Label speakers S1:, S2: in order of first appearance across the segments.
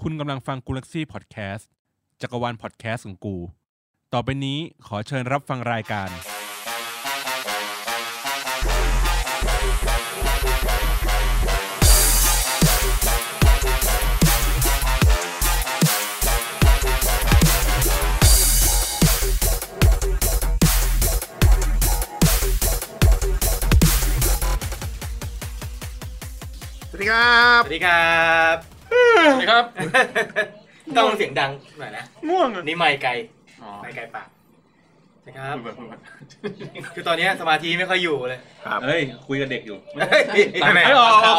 S1: คุณกำลังฟังกูลักซี่พอดแคสต์จักรวาลพอดแคสต์ของกู ต่อไปนี้ขอเชิญรับฟังรายการ
S2: สวัสดีครับ
S3: สวัสดีครับ
S4: สวัสดีครับ
S3: ต้องเสียงดังหน่อยนะ
S4: ง่วงอ่ะ
S3: นี่ไม่ไกล
S4: อ๋อ
S3: ไม่ไกลปากนะครับ
S4: คุยก่อนคุยก่อน
S3: คือตอนเนี้ยสมาธิไม่ค่อยอยู่เลย
S1: เฮ้ย คุยกับเด็กอยู่
S3: ใช่ไหม
S2: ไม่ออก
S3: อ๋อ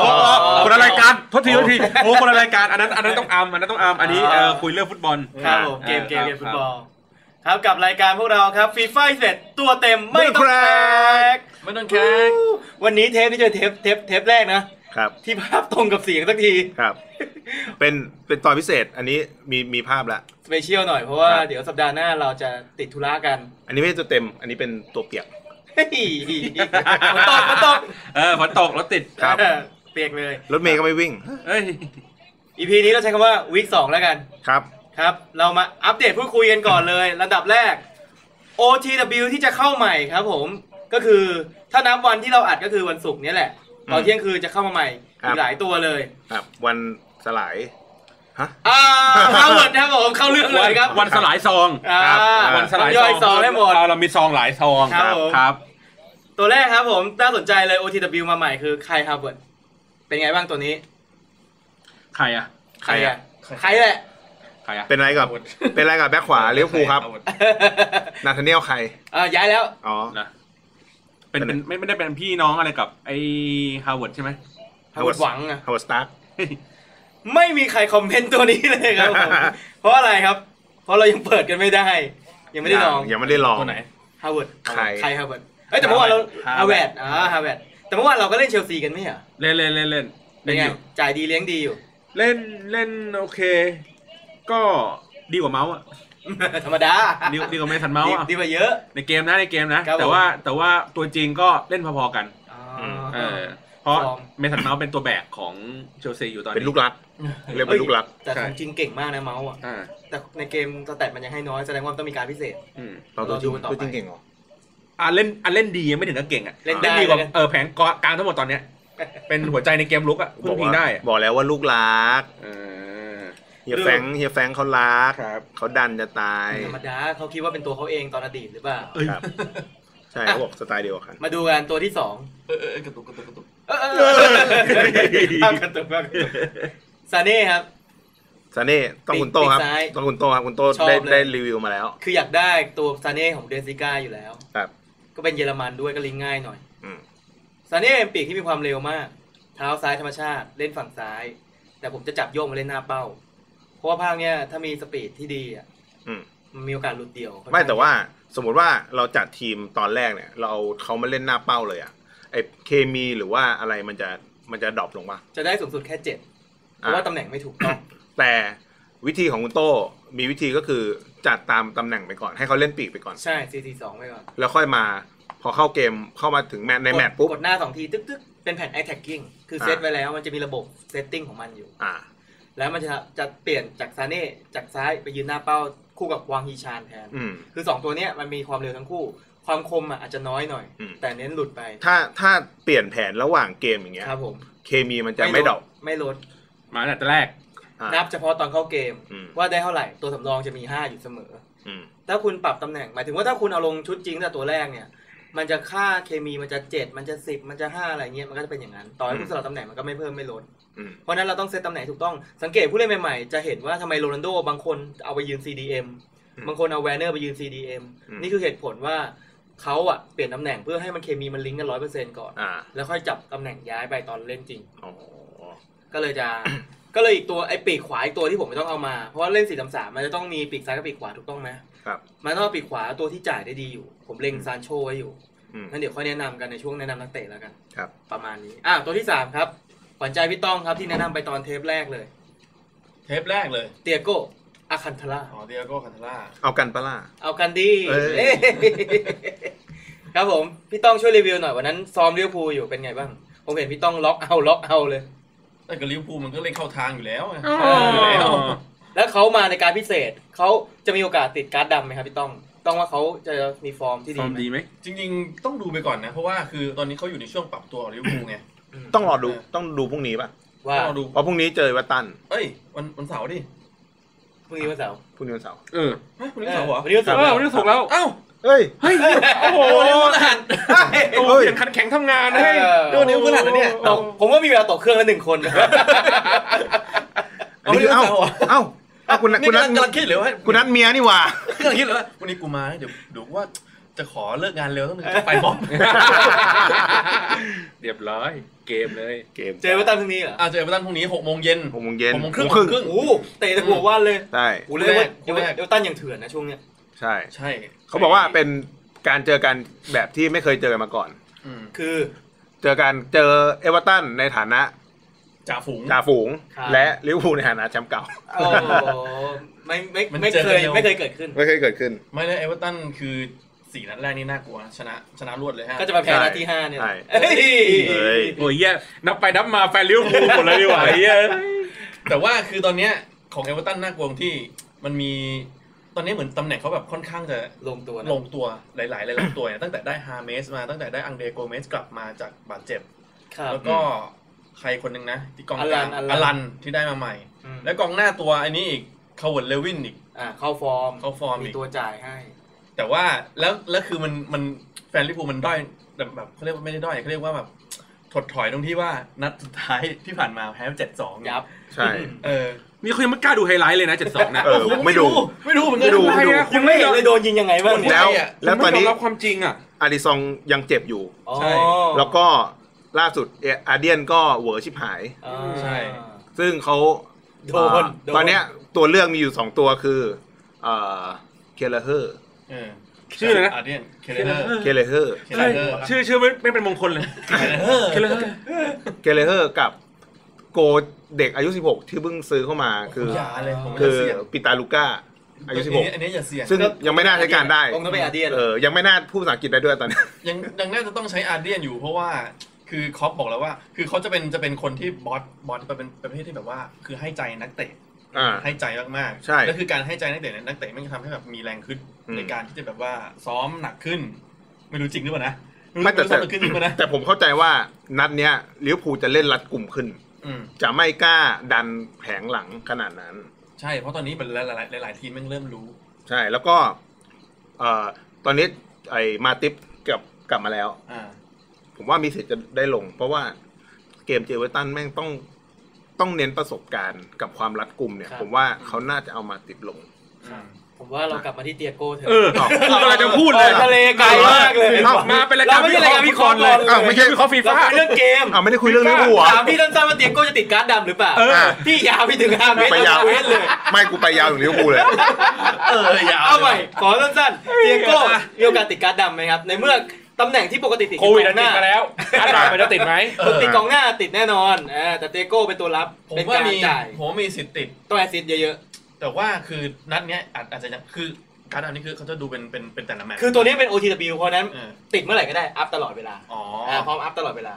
S3: อ๋อ
S2: คนละรายการโทษทีโทษทีโอ้คนละรายการอันนั้นอันนั้นต้องอัมอันนั้นต้องอัมอันนี้เอ่อคุยเรื่องฟุตบอล
S3: ครับผมเกมเกมเกมฟุตบอล ครับกับรายการพวกเราครับฟีฟ่าเสร็จตัวเต็มไม่ต้องแคก
S4: ไม่ต้องแข่ง
S3: วันนี้เทปที่จะเทปเทปเทปแรกนะ
S2: ครับ
S3: ที่ภาพตรงกับเสียงสักที
S2: ครับ เป็นเป็นตอนพิเศษอันนี้มีมีภาพละ
S3: สเปเชียลหน่อยเพราะว่า
S2: ครับ
S3: เดี๋ยวสัปดาห์หน้าเราจะติดธุระกัน
S2: อันนี้ไม่ใช่ตัวเต็ม อันนี้เป็นตัวเปียก
S3: เฮ้ยฝนตกฝนตก
S1: เออฝนตกรถติด
S2: ครับ
S3: เออเปียกเลย
S2: รถเมย์ก็ไม่วิ่ง
S1: เอ้ย
S3: อีพีนี้เราใช้คำว่าวีคสองแล้วกัน
S2: ครับ
S3: ครับ เรามาอัปเดตพูดคุยกันก่อนเลยระดับแรก OTW ที่จะเข้าใหม่ครับผมก็คือถ้านับวันที่เราอัดก็คือวันศุกร์เนี้แหละ ตอนเที่ยงคืนจะเข้ามาใหม่
S2: ครับ
S3: มีหลายตัวเลย
S2: ครับ วันสลายฮะ
S3: อ่าเข้าหมดนะครับผมเข้าเรื่องเลยครับ
S1: วันสลายซอง
S3: อ่า
S2: ครับ
S1: วันสลาย
S3: ย่อยซองได้หมด
S1: เอาเรามีซองหลายซอง
S3: ครับผม
S1: ครับ
S3: ตัวแรกครับผมน่าสนใจเลย OTW มาใหม่คือใครฮาร์เวิร์ดเป็นไงบ้างตัวนี้
S1: ใครอ่ะ
S3: ใครอะใครแหละ
S1: ใครอ่ะ
S2: เป็นอะไรกับ เป็นอะไรกับแบ็คขวาเลี้ยวภูลครับ นาธาเนียลใคร
S3: อ่าย้ายแล้ว
S2: อ๋อ
S1: นะ เป็นเป็นไม่ไม่ได้เป็นพี่น้องอะไรกับไอ้ฮาวเวิร์ดใช่ไหม
S3: Howard หวังอะ
S2: ฮาวสตาร์
S3: ไม่มีใครคอมเมนต์ตัวนี้เลยครับผม เพราะอะไรครับ เพราะเรายังเปิดกันไม่ได้ ยังไม่ได้ลอง
S2: ยังไม่ได้ลอง
S4: ตัวไหน
S3: ฮาร์วาร์ด
S2: ใคร
S3: ใครฮาร์วาร์ดเอ้ยแต่เมื่อวานเราฮาร์วาร์
S4: Harvard
S3: ดอ่าฮาร์วาร์ดแต่เมื่อวานเราก็เล่นเชลซีกันไม่เหรอ
S1: เล่นเล่นเล่นเล่น
S3: เป็นไง จ่ายดีเลี้ยงดีอยู่
S1: เล่นเล่นโอเค ก็ดีกว่าเมาส์อ่ะ
S3: ธรรมดา
S1: ดี
S3: ดี
S1: ดีกว่าเมสันเมาส์อ่ะ
S3: ดีกว่าเยอะ
S1: ในเกมนะในเกมนะ
S3: ครับผม
S1: แต่ว่าแต่ว่าตัวจริงก็เล่นพอๆกัน
S3: อ๋อ
S1: เอ
S3: อ
S1: อ เพราะ
S3: ฟอร์ม
S1: เมสันเมาส์เป็นตัวแบกของเชลซีอยู่ตอน
S2: เป็น
S1: นี้
S2: ลูกรัก เรียกเป็นลูกรัก
S3: แต่
S1: ใช่
S3: ของจริงเก่งมากนะเมาส์อ่ะ
S1: อ่า
S3: แต่ในเกมสแตทมันยังให้น้อยแสดงว่ามันต้องมีการพิเศษ
S1: อืม
S2: เราตัวจริง
S3: เราดูกันต่อไป
S2: ตัวจริงเก่งเหรอ
S1: อ่าเล่นอ่าเล่นดียังไม่ถึงกับเก่งอ่ะ
S3: เล่นได้
S1: ดีกว่า
S3: เลยนะ
S1: เออแผงกอกลางทั้งหมดตอนเนี้ย เป็นหัวใจในเกมลุกอ่ะพึ่งพิงได้อะ
S2: บอกแล้วว่าลูกรัก
S1: เออ
S2: เฮียแฟรงค์เฮียแฟรงค์เขารัก
S1: ครับ
S2: เขาดันจะตาย
S3: ธรรมดาเขาคิดว่าเป็นตัวเขาเองตอนอดีตหรือเปล่า
S1: เอ้ย
S2: ครับ ใช่เขาบอกสไตล์เดียวกัน
S3: มาดูกันตัวที่สอง
S4: เออเออกระตุกกระตุกกระตุก
S3: เออเออเออภาพกระตุกภาพกระตุกซาเน่ครับ
S2: ซาเน่ต้องคุณโต้ครับ
S3: ปีกซ้าย
S2: ต้องคุณโต้ครับคุณโต้
S3: ชอบ
S2: ได้
S3: เลย
S2: ได้รีวิวมาแล้ว
S3: คืออยากได้ตัวซาเน่ของเดนซิก้าอยู่แล้ว
S2: ครับ
S3: ก็เป็นเยอรมันด้วยก็ลิงก์ง่ายหน่อย
S2: อืม
S3: ซาเน่เป็นปีกที่มีความเร็วมาก เท้าซ้ายธรรมชาติเล่นฝั่งซ้าย แต่ผมจะจับโยกมาเล่นหน้าเป้า เพราะว่าภาคเนี้ยถ้ามีสปีดที่ดีอ่ะ
S2: อืม
S3: มันมีโอกาสหลุดเดี่ยว
S2: ไม่แต่ว่าสมมติว่าเราจัดทีมตอนแรกเนี่ย เราเอาเขามาเล่นหน้าเป้าเลยอะไอเคมีหรือว่าอะไรมันจะมันจะดรอปลงมา
S3: จะได้สูงสุดแค่เจ็ดเพราะว่าตำแหน่งไม่ถูกต้อง
S2: แต่วิธีของคุณโต้มีวิธีก็คือจัดตามตำแหน่งไปก่อน ให้เขาเล่นปีกไปก่อน
S3: ใช่ซีซีสองไปก่อน
S2: แล้วค่อยมาพอเข้าเกมเข้ามาถึงแมตช์ในแมตช์ปุ๊บ
S3: กดหน้าสองทีตึ๊กตึ๊กเป็นแผ่น eye tagging คือ
S2: อ่า
S3: เซตไว้แล้วมันจะมีระบบเซตติ้งของมันอยู่
S2: อ่า
S3: แล้วมันจะจะเปลี่ยนจากซาเน่จากซ้ายไปยืนหน้าเป้าคู่กับวางฮีชานแทน
S2: อืม
S3: คือสองตัวเนี้ยมันมีความเร็วทั้งคู่ ความคมอ่ะอาจจะน้อยหน่อย
S2: อืม
S3: แต่เน้นหลุดไป
S2: ถ้าถ้าเปลี่ยนแผนระหว่างเกมอย่างเงี้ย
S3: ครับผม
S2: เคมีมันจะไม่ดรอป
S3: ไม่ลด
S1: มาตั้งแต่แรก
S2: อ่า
S3: นับเฉพาะตอนเข้าเกม
S2: อืม
S3: ว่าได้เท่าไหร่ ตัวสำรองจะมี 5 อยู่เสมอ
S2: อืม
S3: ถ้าคุณปรับตำแหน่ง หมายถึงว่าถ้าคุณเอาลงชุดจริงตั้งแต่ตัวแรกเนี่ย มันจะค่าเคมีมันจะ 7 มันจะ 10 มันจะ 5 อะไรเงี้ย มันก็จะเป็นอย่างนั้น ต่อให้คุณ
S2: อืม
S3: สลับตำแหน่งมันก็ไม่เพิ่มไม่ลด
S2: อืม
S3: เพราะฉะนั้นเราต้องเซตตำแหน่งถูกต้อง สังเกตผู้เล่นใหม่ๆ จะเห็นว่าทำไมโรนัลโดบางคนเอาไปยืน CDM
S2: อืม
S3: บางคนเอาแวนเนอร์ไปยืน CDM
S2: อืม
S3: นี่คือเหตุผลว่าเขาอ่ะเปลี่ยนตำแหน่งเพื่อให้มันเคมีมันลิงก์กันร้อยเปอร์เซ็นต์ก่อน
S2: อ่า
S3: แล้วค่อยจับตำแหน่งย้ายไปตอนเล่นจริง
S2: อ๋อ
S3: ก็เลยจะ ก็เลยอีกตัวไอ้ปีกขวาอีกตัวที่ผมไม่ต้องเอามา เพราะว่าเล่นสี่สามสามมันจะต้องมีปีกซ้ายกับปีกขวาถูกต้องไหม
S2: ครับ
S3: มันต้องเอาปีกขวาตัวที่จ่ายได้ดีอยู่ ผมเล็งซานโชไว้อยู่
S2: อืม
S3: งั้นเดี๋ยวค่อยแนะนำกันในช่วงแนะนำนักเตะแล้วกัน
S2: ครับ
S3: ประมาณนี้อ่ะตัวที่สามครับขวัญใจพี่ต้องครับที่แนะนำไปตอนเทปแรกเลย
S4: เทปแรกเลย
S3: เตียโก้อาคันทล่า
S4: อ๋อเดียโก้คาทาร่า
S2: เอากันปะล่ะ
S3: เอากันดี
S2: เอ้ย
S3: เอ้ย ครับผมพี่ต้องช่วยรีวิวหน่อยวันนั้นซ้อมลิเวอร์พูลอยู่เป็นไงบ้างผมเห็นพี่ต้องล็อกเอาล็อกเอาเลย
S4: แต่กับลิเวอร์พูลมันก็เล่นเข้าทางอยู่แล้วไง
S1: อ๋อ
S4: เอออยู่แล้ว
S3: เขามาในการพิเศษ เขาจะมีโอกาสติดการ์ดดำไหมครับพี่ต้อง ต้องว่าเขาจะมีฟอร์มที่
S5: ฟ
S3: ดี
S5: อร์ม
S3: ไหม
S5: ดีไหม
S4: จริงๆ ต้องดูไปก่อนนะ เพราะว่าคือตอนนี้เขาอยู่ในช่วงปรับตัวของลิเวอร์พูลไง
S2: ต้องรอดูต้องดูพรุ่งนี้ป่ะ
S4: ต้
S3: ว่า
S4: องรอดู
S2: เพราะพรุ่งนี้เจอเอเวัตตัน
S4: เอ้ยวันวันเสาร์ดิ
S3: พรุ่งนี้วันเสาร์
S2: พรุ่งนี้วันเสาร์
S5: เออ
S4: ฮะวันนี้เสาร์เหรอ
S3: วันนี้วัน
S5: เอ
S3: เสาร์
S5: อวันนี้ส่งแล้ว
S4: เอ้า
S2: เฮ้ย
S5: เฮ้ยโอ้โห
S2: เฮ้
S5: เฮ้
S2: ย
S5: ยขันแข็งทำงานนะเฮ้ย
S4: เดี๋ยววันนี้วันพฤหัสนะเนี่ย
S3: ตกผมว่ามีเวลาตกเครื่องละหนึ่งคน
S2: อันนี้คือเอ้าเอ้าเอ้าคุณนัท
S4: นี่
S2: คุณนั
S4: กำ
S2: ท
S4: ลังกำลังคิดเลยว่า
S2: คุณนัทเมียนี่หว่าก
S4: ำลังคิดเลยว่าวันนี้กูมานะเดี๋ยวเดี๋ยวว่าจะขอเลิกงานเร็วต้องนึงจะไปมอบ
S5: เรียบร้อยเกมเลย
S2: เกม
S3: เจอวันตั้งพรุ่งนี้เหรอ
S4: อ่ะเจอเอเวอร์ตันพรุ่งนี้หกโมงเย็น
S2: หกโมงเย็น
S4: หกโมงครึ่ง
S2: หกโมงครึ่ง
S4: ครึ่ง
S3: โอ้โหเตะตะหัวว่านเลย
S2: ใช่
S3: โอ้โหเรียกว่า
S4: คู่
S3: เอ
S4: แรก
S3: เวอร์ตันอย่างเถื่อนนะช่วงเนี้ย
S2: ใช่
S4: ใช่
S2: เขาบอกว่าเป็นการเจอกันแบบที่ไม่เคยเจอกันมาก่อน
S4: อืม
S3: คือ
S2: เจอกันเจอเอเวอเรตันในฐานะ
S4: จ่าฝูง
S2: จ่าฝูง
S3: ครับ
S2: และลิเวอร์พูลในฐานะแชมป์เก่า
S3: โอ้โหไม่ไม่
S4: มัน
S3: ไม่
S4: เจอ
S3: เค
S4: กัน
S3: ย
S4: เร็ว
S3: ไม่เคยเกิดขึ้น
S2: ไม่เคยเกิดขึ้น
S4: ไม่ได้เอเวอร์ตันคือสี่นัดแรกนี่น่ากลัวนะชนะชนะรวดเลยฮะ
S3: ก็จะมาแพ้นาทีห้าเนี่ย
S2: ใช่
S3: เอ้ย
S2: เอ้ย
S5: โอ้ยแย่นับไปนับมาแฟนลิเวอร์พูลหมดเลยดีกว่าไอ้เหี้ย
S4: แต่ว่าคือตอนเนี้ยของเอเวอร์ตันน่ากลัวตรงที่มันมีตอนนี้เหมือนตำแหน่งเขาแบบค่อนข้างจะ
S3: ลงตัวนะ
S4: ลงตัวหลายๆหลายๆตัวเนี่ยตั้งแต่ได้ฮาเมสมาตั้งแต่ได้อังเดโกเมสกลับมาจากบาดเจ็บ
S3: ครับ
S4: แล้วก็ใครคนหนึ่งนะ ที่กองกลาง
S3: อลันอลัน
S4: อลันที่ได้มาใหม่
S3: อืม
S4: แล้วกองหน้าตัวไอ้นี้อีกคาวเวิร์ดเลวินอีก
S3: อ่าเข้าฟอร์ม
S4: เขาฟอร์ม
S3: มี
S4: อีก
S3: ตัวจ่ายให้
S4: แต่ว่าแล้วแล้วคือมันมันแฟนลิเวอร์พูลมันด้อยแบบแบบเขาเรียกว่าไม่ได้ด้อยเขาเรียกว่าแบบถดถอยตรงที่ว่านัดสุดท้ายที่ผ่านมาแพ้เจ็ดสอง
S3: ยับ
S2: ใช่
S4: เออ
S5: นี่เขายังไม่กล้าดูไฮไลท์เลยนะเจ็ดสองนะ
S2: เออไม่ดู
S4: ไม่รู้เหมือนกั
S2: ไม่
S4: น
S2: ดู
S5: อะไรอะ
S3: ยังไม่เห็นเลยโดนยิงยังไงบ้างเนี่ย
S2: แล้ว
S4: ไม่อะ
S2: แล้วตอนนี้
S5: คุณไม่ยมรับความจริงอ่ะ
S2: อาริซองยังเจ็บอยู่
S3: อ๋อ
S4: ใช่
S2: แล้วก็ล่าสุดเอ่ออาเดียนก็เหวอชิบหาย
S3: อ่า
S4: ใช่
S2: ซึ่งเขา
S3: โดน
S2: อ่า
S3: โดน
S2: ตอนเนี้ยตัวเลือกมีอยู่สองตัวคือเอ่อเคเลเฮอร์
S4: เออ
S5: ชื่ออะไรนะ
S4: อาร์เดียนเคเลอร์
S2: เคเลเฮอร์
S4: เคเลอร์
S5: ชื่อชื่อไม่ไม่เป็นมงคลเลย
S4: เคเลอร์
S5: เคเลอร์
S2: เคเลเฮอร์กับโกเด็กอายุ 16 ที่เพิ่งซื้อเข้ามาคือ
S4: ย่าเลยผม
S2: คือ
S4: จะเสี่ยง
S2: ปิตาลูก้าอายุ
S4: อันนี้อย่าเสี่ยง
S2: 16 ซึ่งยังไม่น่าใช้การได้
S3: ต้องไปอาเดียน
S2: เออยังไม่น่าพูดภาษาอังกฤษได้ด้วยตอนนี้
S4: ยังยังน่าจะต้องใช้อาร์เดียนอยู่เพราะว่าคือคอปบอกแล้วว่า คือเขาจะเป็นจะเป็นคนที่บอสบอสเป็นประเภทที่แบบว่า คือให้ใจนักเตะ
S2: อ่า
S4: ให้ใจมากๆ
S2: ใช่
S4: แล้วคือการให้ใจนักเตะเนี่ยนักเตะมันทำให้แบบมีแรงขึ้น
S2: อืม
S4: ในการที่จะแบบว่าซ้อมหนักขึ้น ไม่รู้จริงหรือเปล่านะรู้
S2: ไม่แต่
S4: ซ้อมหนักขึ้นจริงป่ะนะ
S2: แต่ผมเข้าใจว่านัดเนี้ยลิเวอร์พูลจะเล่นรัดกลุ่มขึ้น
S4: อืม
S2: จะไม่กล้าดันแผงหลังขนาดนั้น
S4: ใช่เพราะตอนนี้แบบหลายๆหลาย ๆ ทีมแมันเริ่มรู้
S2: ใช่แล้วก็เอ่อตอนนี้ไอ้มาติปกลับกลับมาแล้ว
S4: อ่า
S2: ผมว่ามีสิทธิ์จะได้ลง เพราะว่าเกมเจอเวอร์ตันแม่งต้องต้องเน้นประสบการณ์กับความรัดกลุ่มเนี่ย
S3: ครับ
S2: ผมว่าเขาน่าจะเอามาติดลง
S3: ครับผมว่าเรากลับมาที่เตียโก้เถอะ
S5: เออเรากำลังจะพูดเลย
S3: ออกทะเลไกลมากเลย
S2: เอ้า
S5: มาเป็นรายการ
S3: ไม่ใช่รายการวิเคราะห์เลย
S2: อ้าวไม่ใช่
S5: วิเคราะห์ฟี
S3: เรา
S5: ฟ่า
S3: เป็นเรื่องเกม
S2: อ้าวไม่ได้คุยเรื่องลิเวอร์พูลเหรอ
S3: ถามพี่สั้นๆว่าเตียโก้จะติดการ์ดดำหรือเปล่า
S5: เออ
S3: พี่ยาวไปถึงห้าเม
S2: กู
S3: ตร
S2: ไปยาว
S3: ห้าเมตรเลย
S2: ไม่กูไปยาวถึงลิเวอร์พูลเลย
S4: เอออย่า
S3: เอาใหม่ขอสั้นๆเตียโก้มีโอกาสติดการ์ดดำไหมครับ ในเมื่อตำแหน่งที่ปกติติด
S5: โควิด
S3: ก
S5: อะ
S3: องห
S5: ติด
S3: น้า
S5: มาแล้วอาจารย์มันจะติดไหม
S3: ปกติกองหน้าติดแน่นอนอ่าแต่เตียโก้เป็นตัวรับ
S4: ผม
S3: เป็น
S4: ว่า
S3: การ
S4: มี
S3: จ่าย
S4: ผมว่ามีสิทธิ์ติด
S3: ต้องแอสซิสต์เยอะ
S4: แต่ว่าคือนัดเนี้ยอาจอาจจะยังคือการดอันนี้คือเขาจะดูเป็นเป็นเป็นแต่ละแมตช์
S3: ๆ คือตัวนี้เป็น OTW เพราะฉะนั้น
S4: เออ
S3: ติดเมื่อไหร่ก็ได้ อัพตลอดเวลา
S4: อ๋อ
S3: อ่าพร้อมอัพตลอดเวลา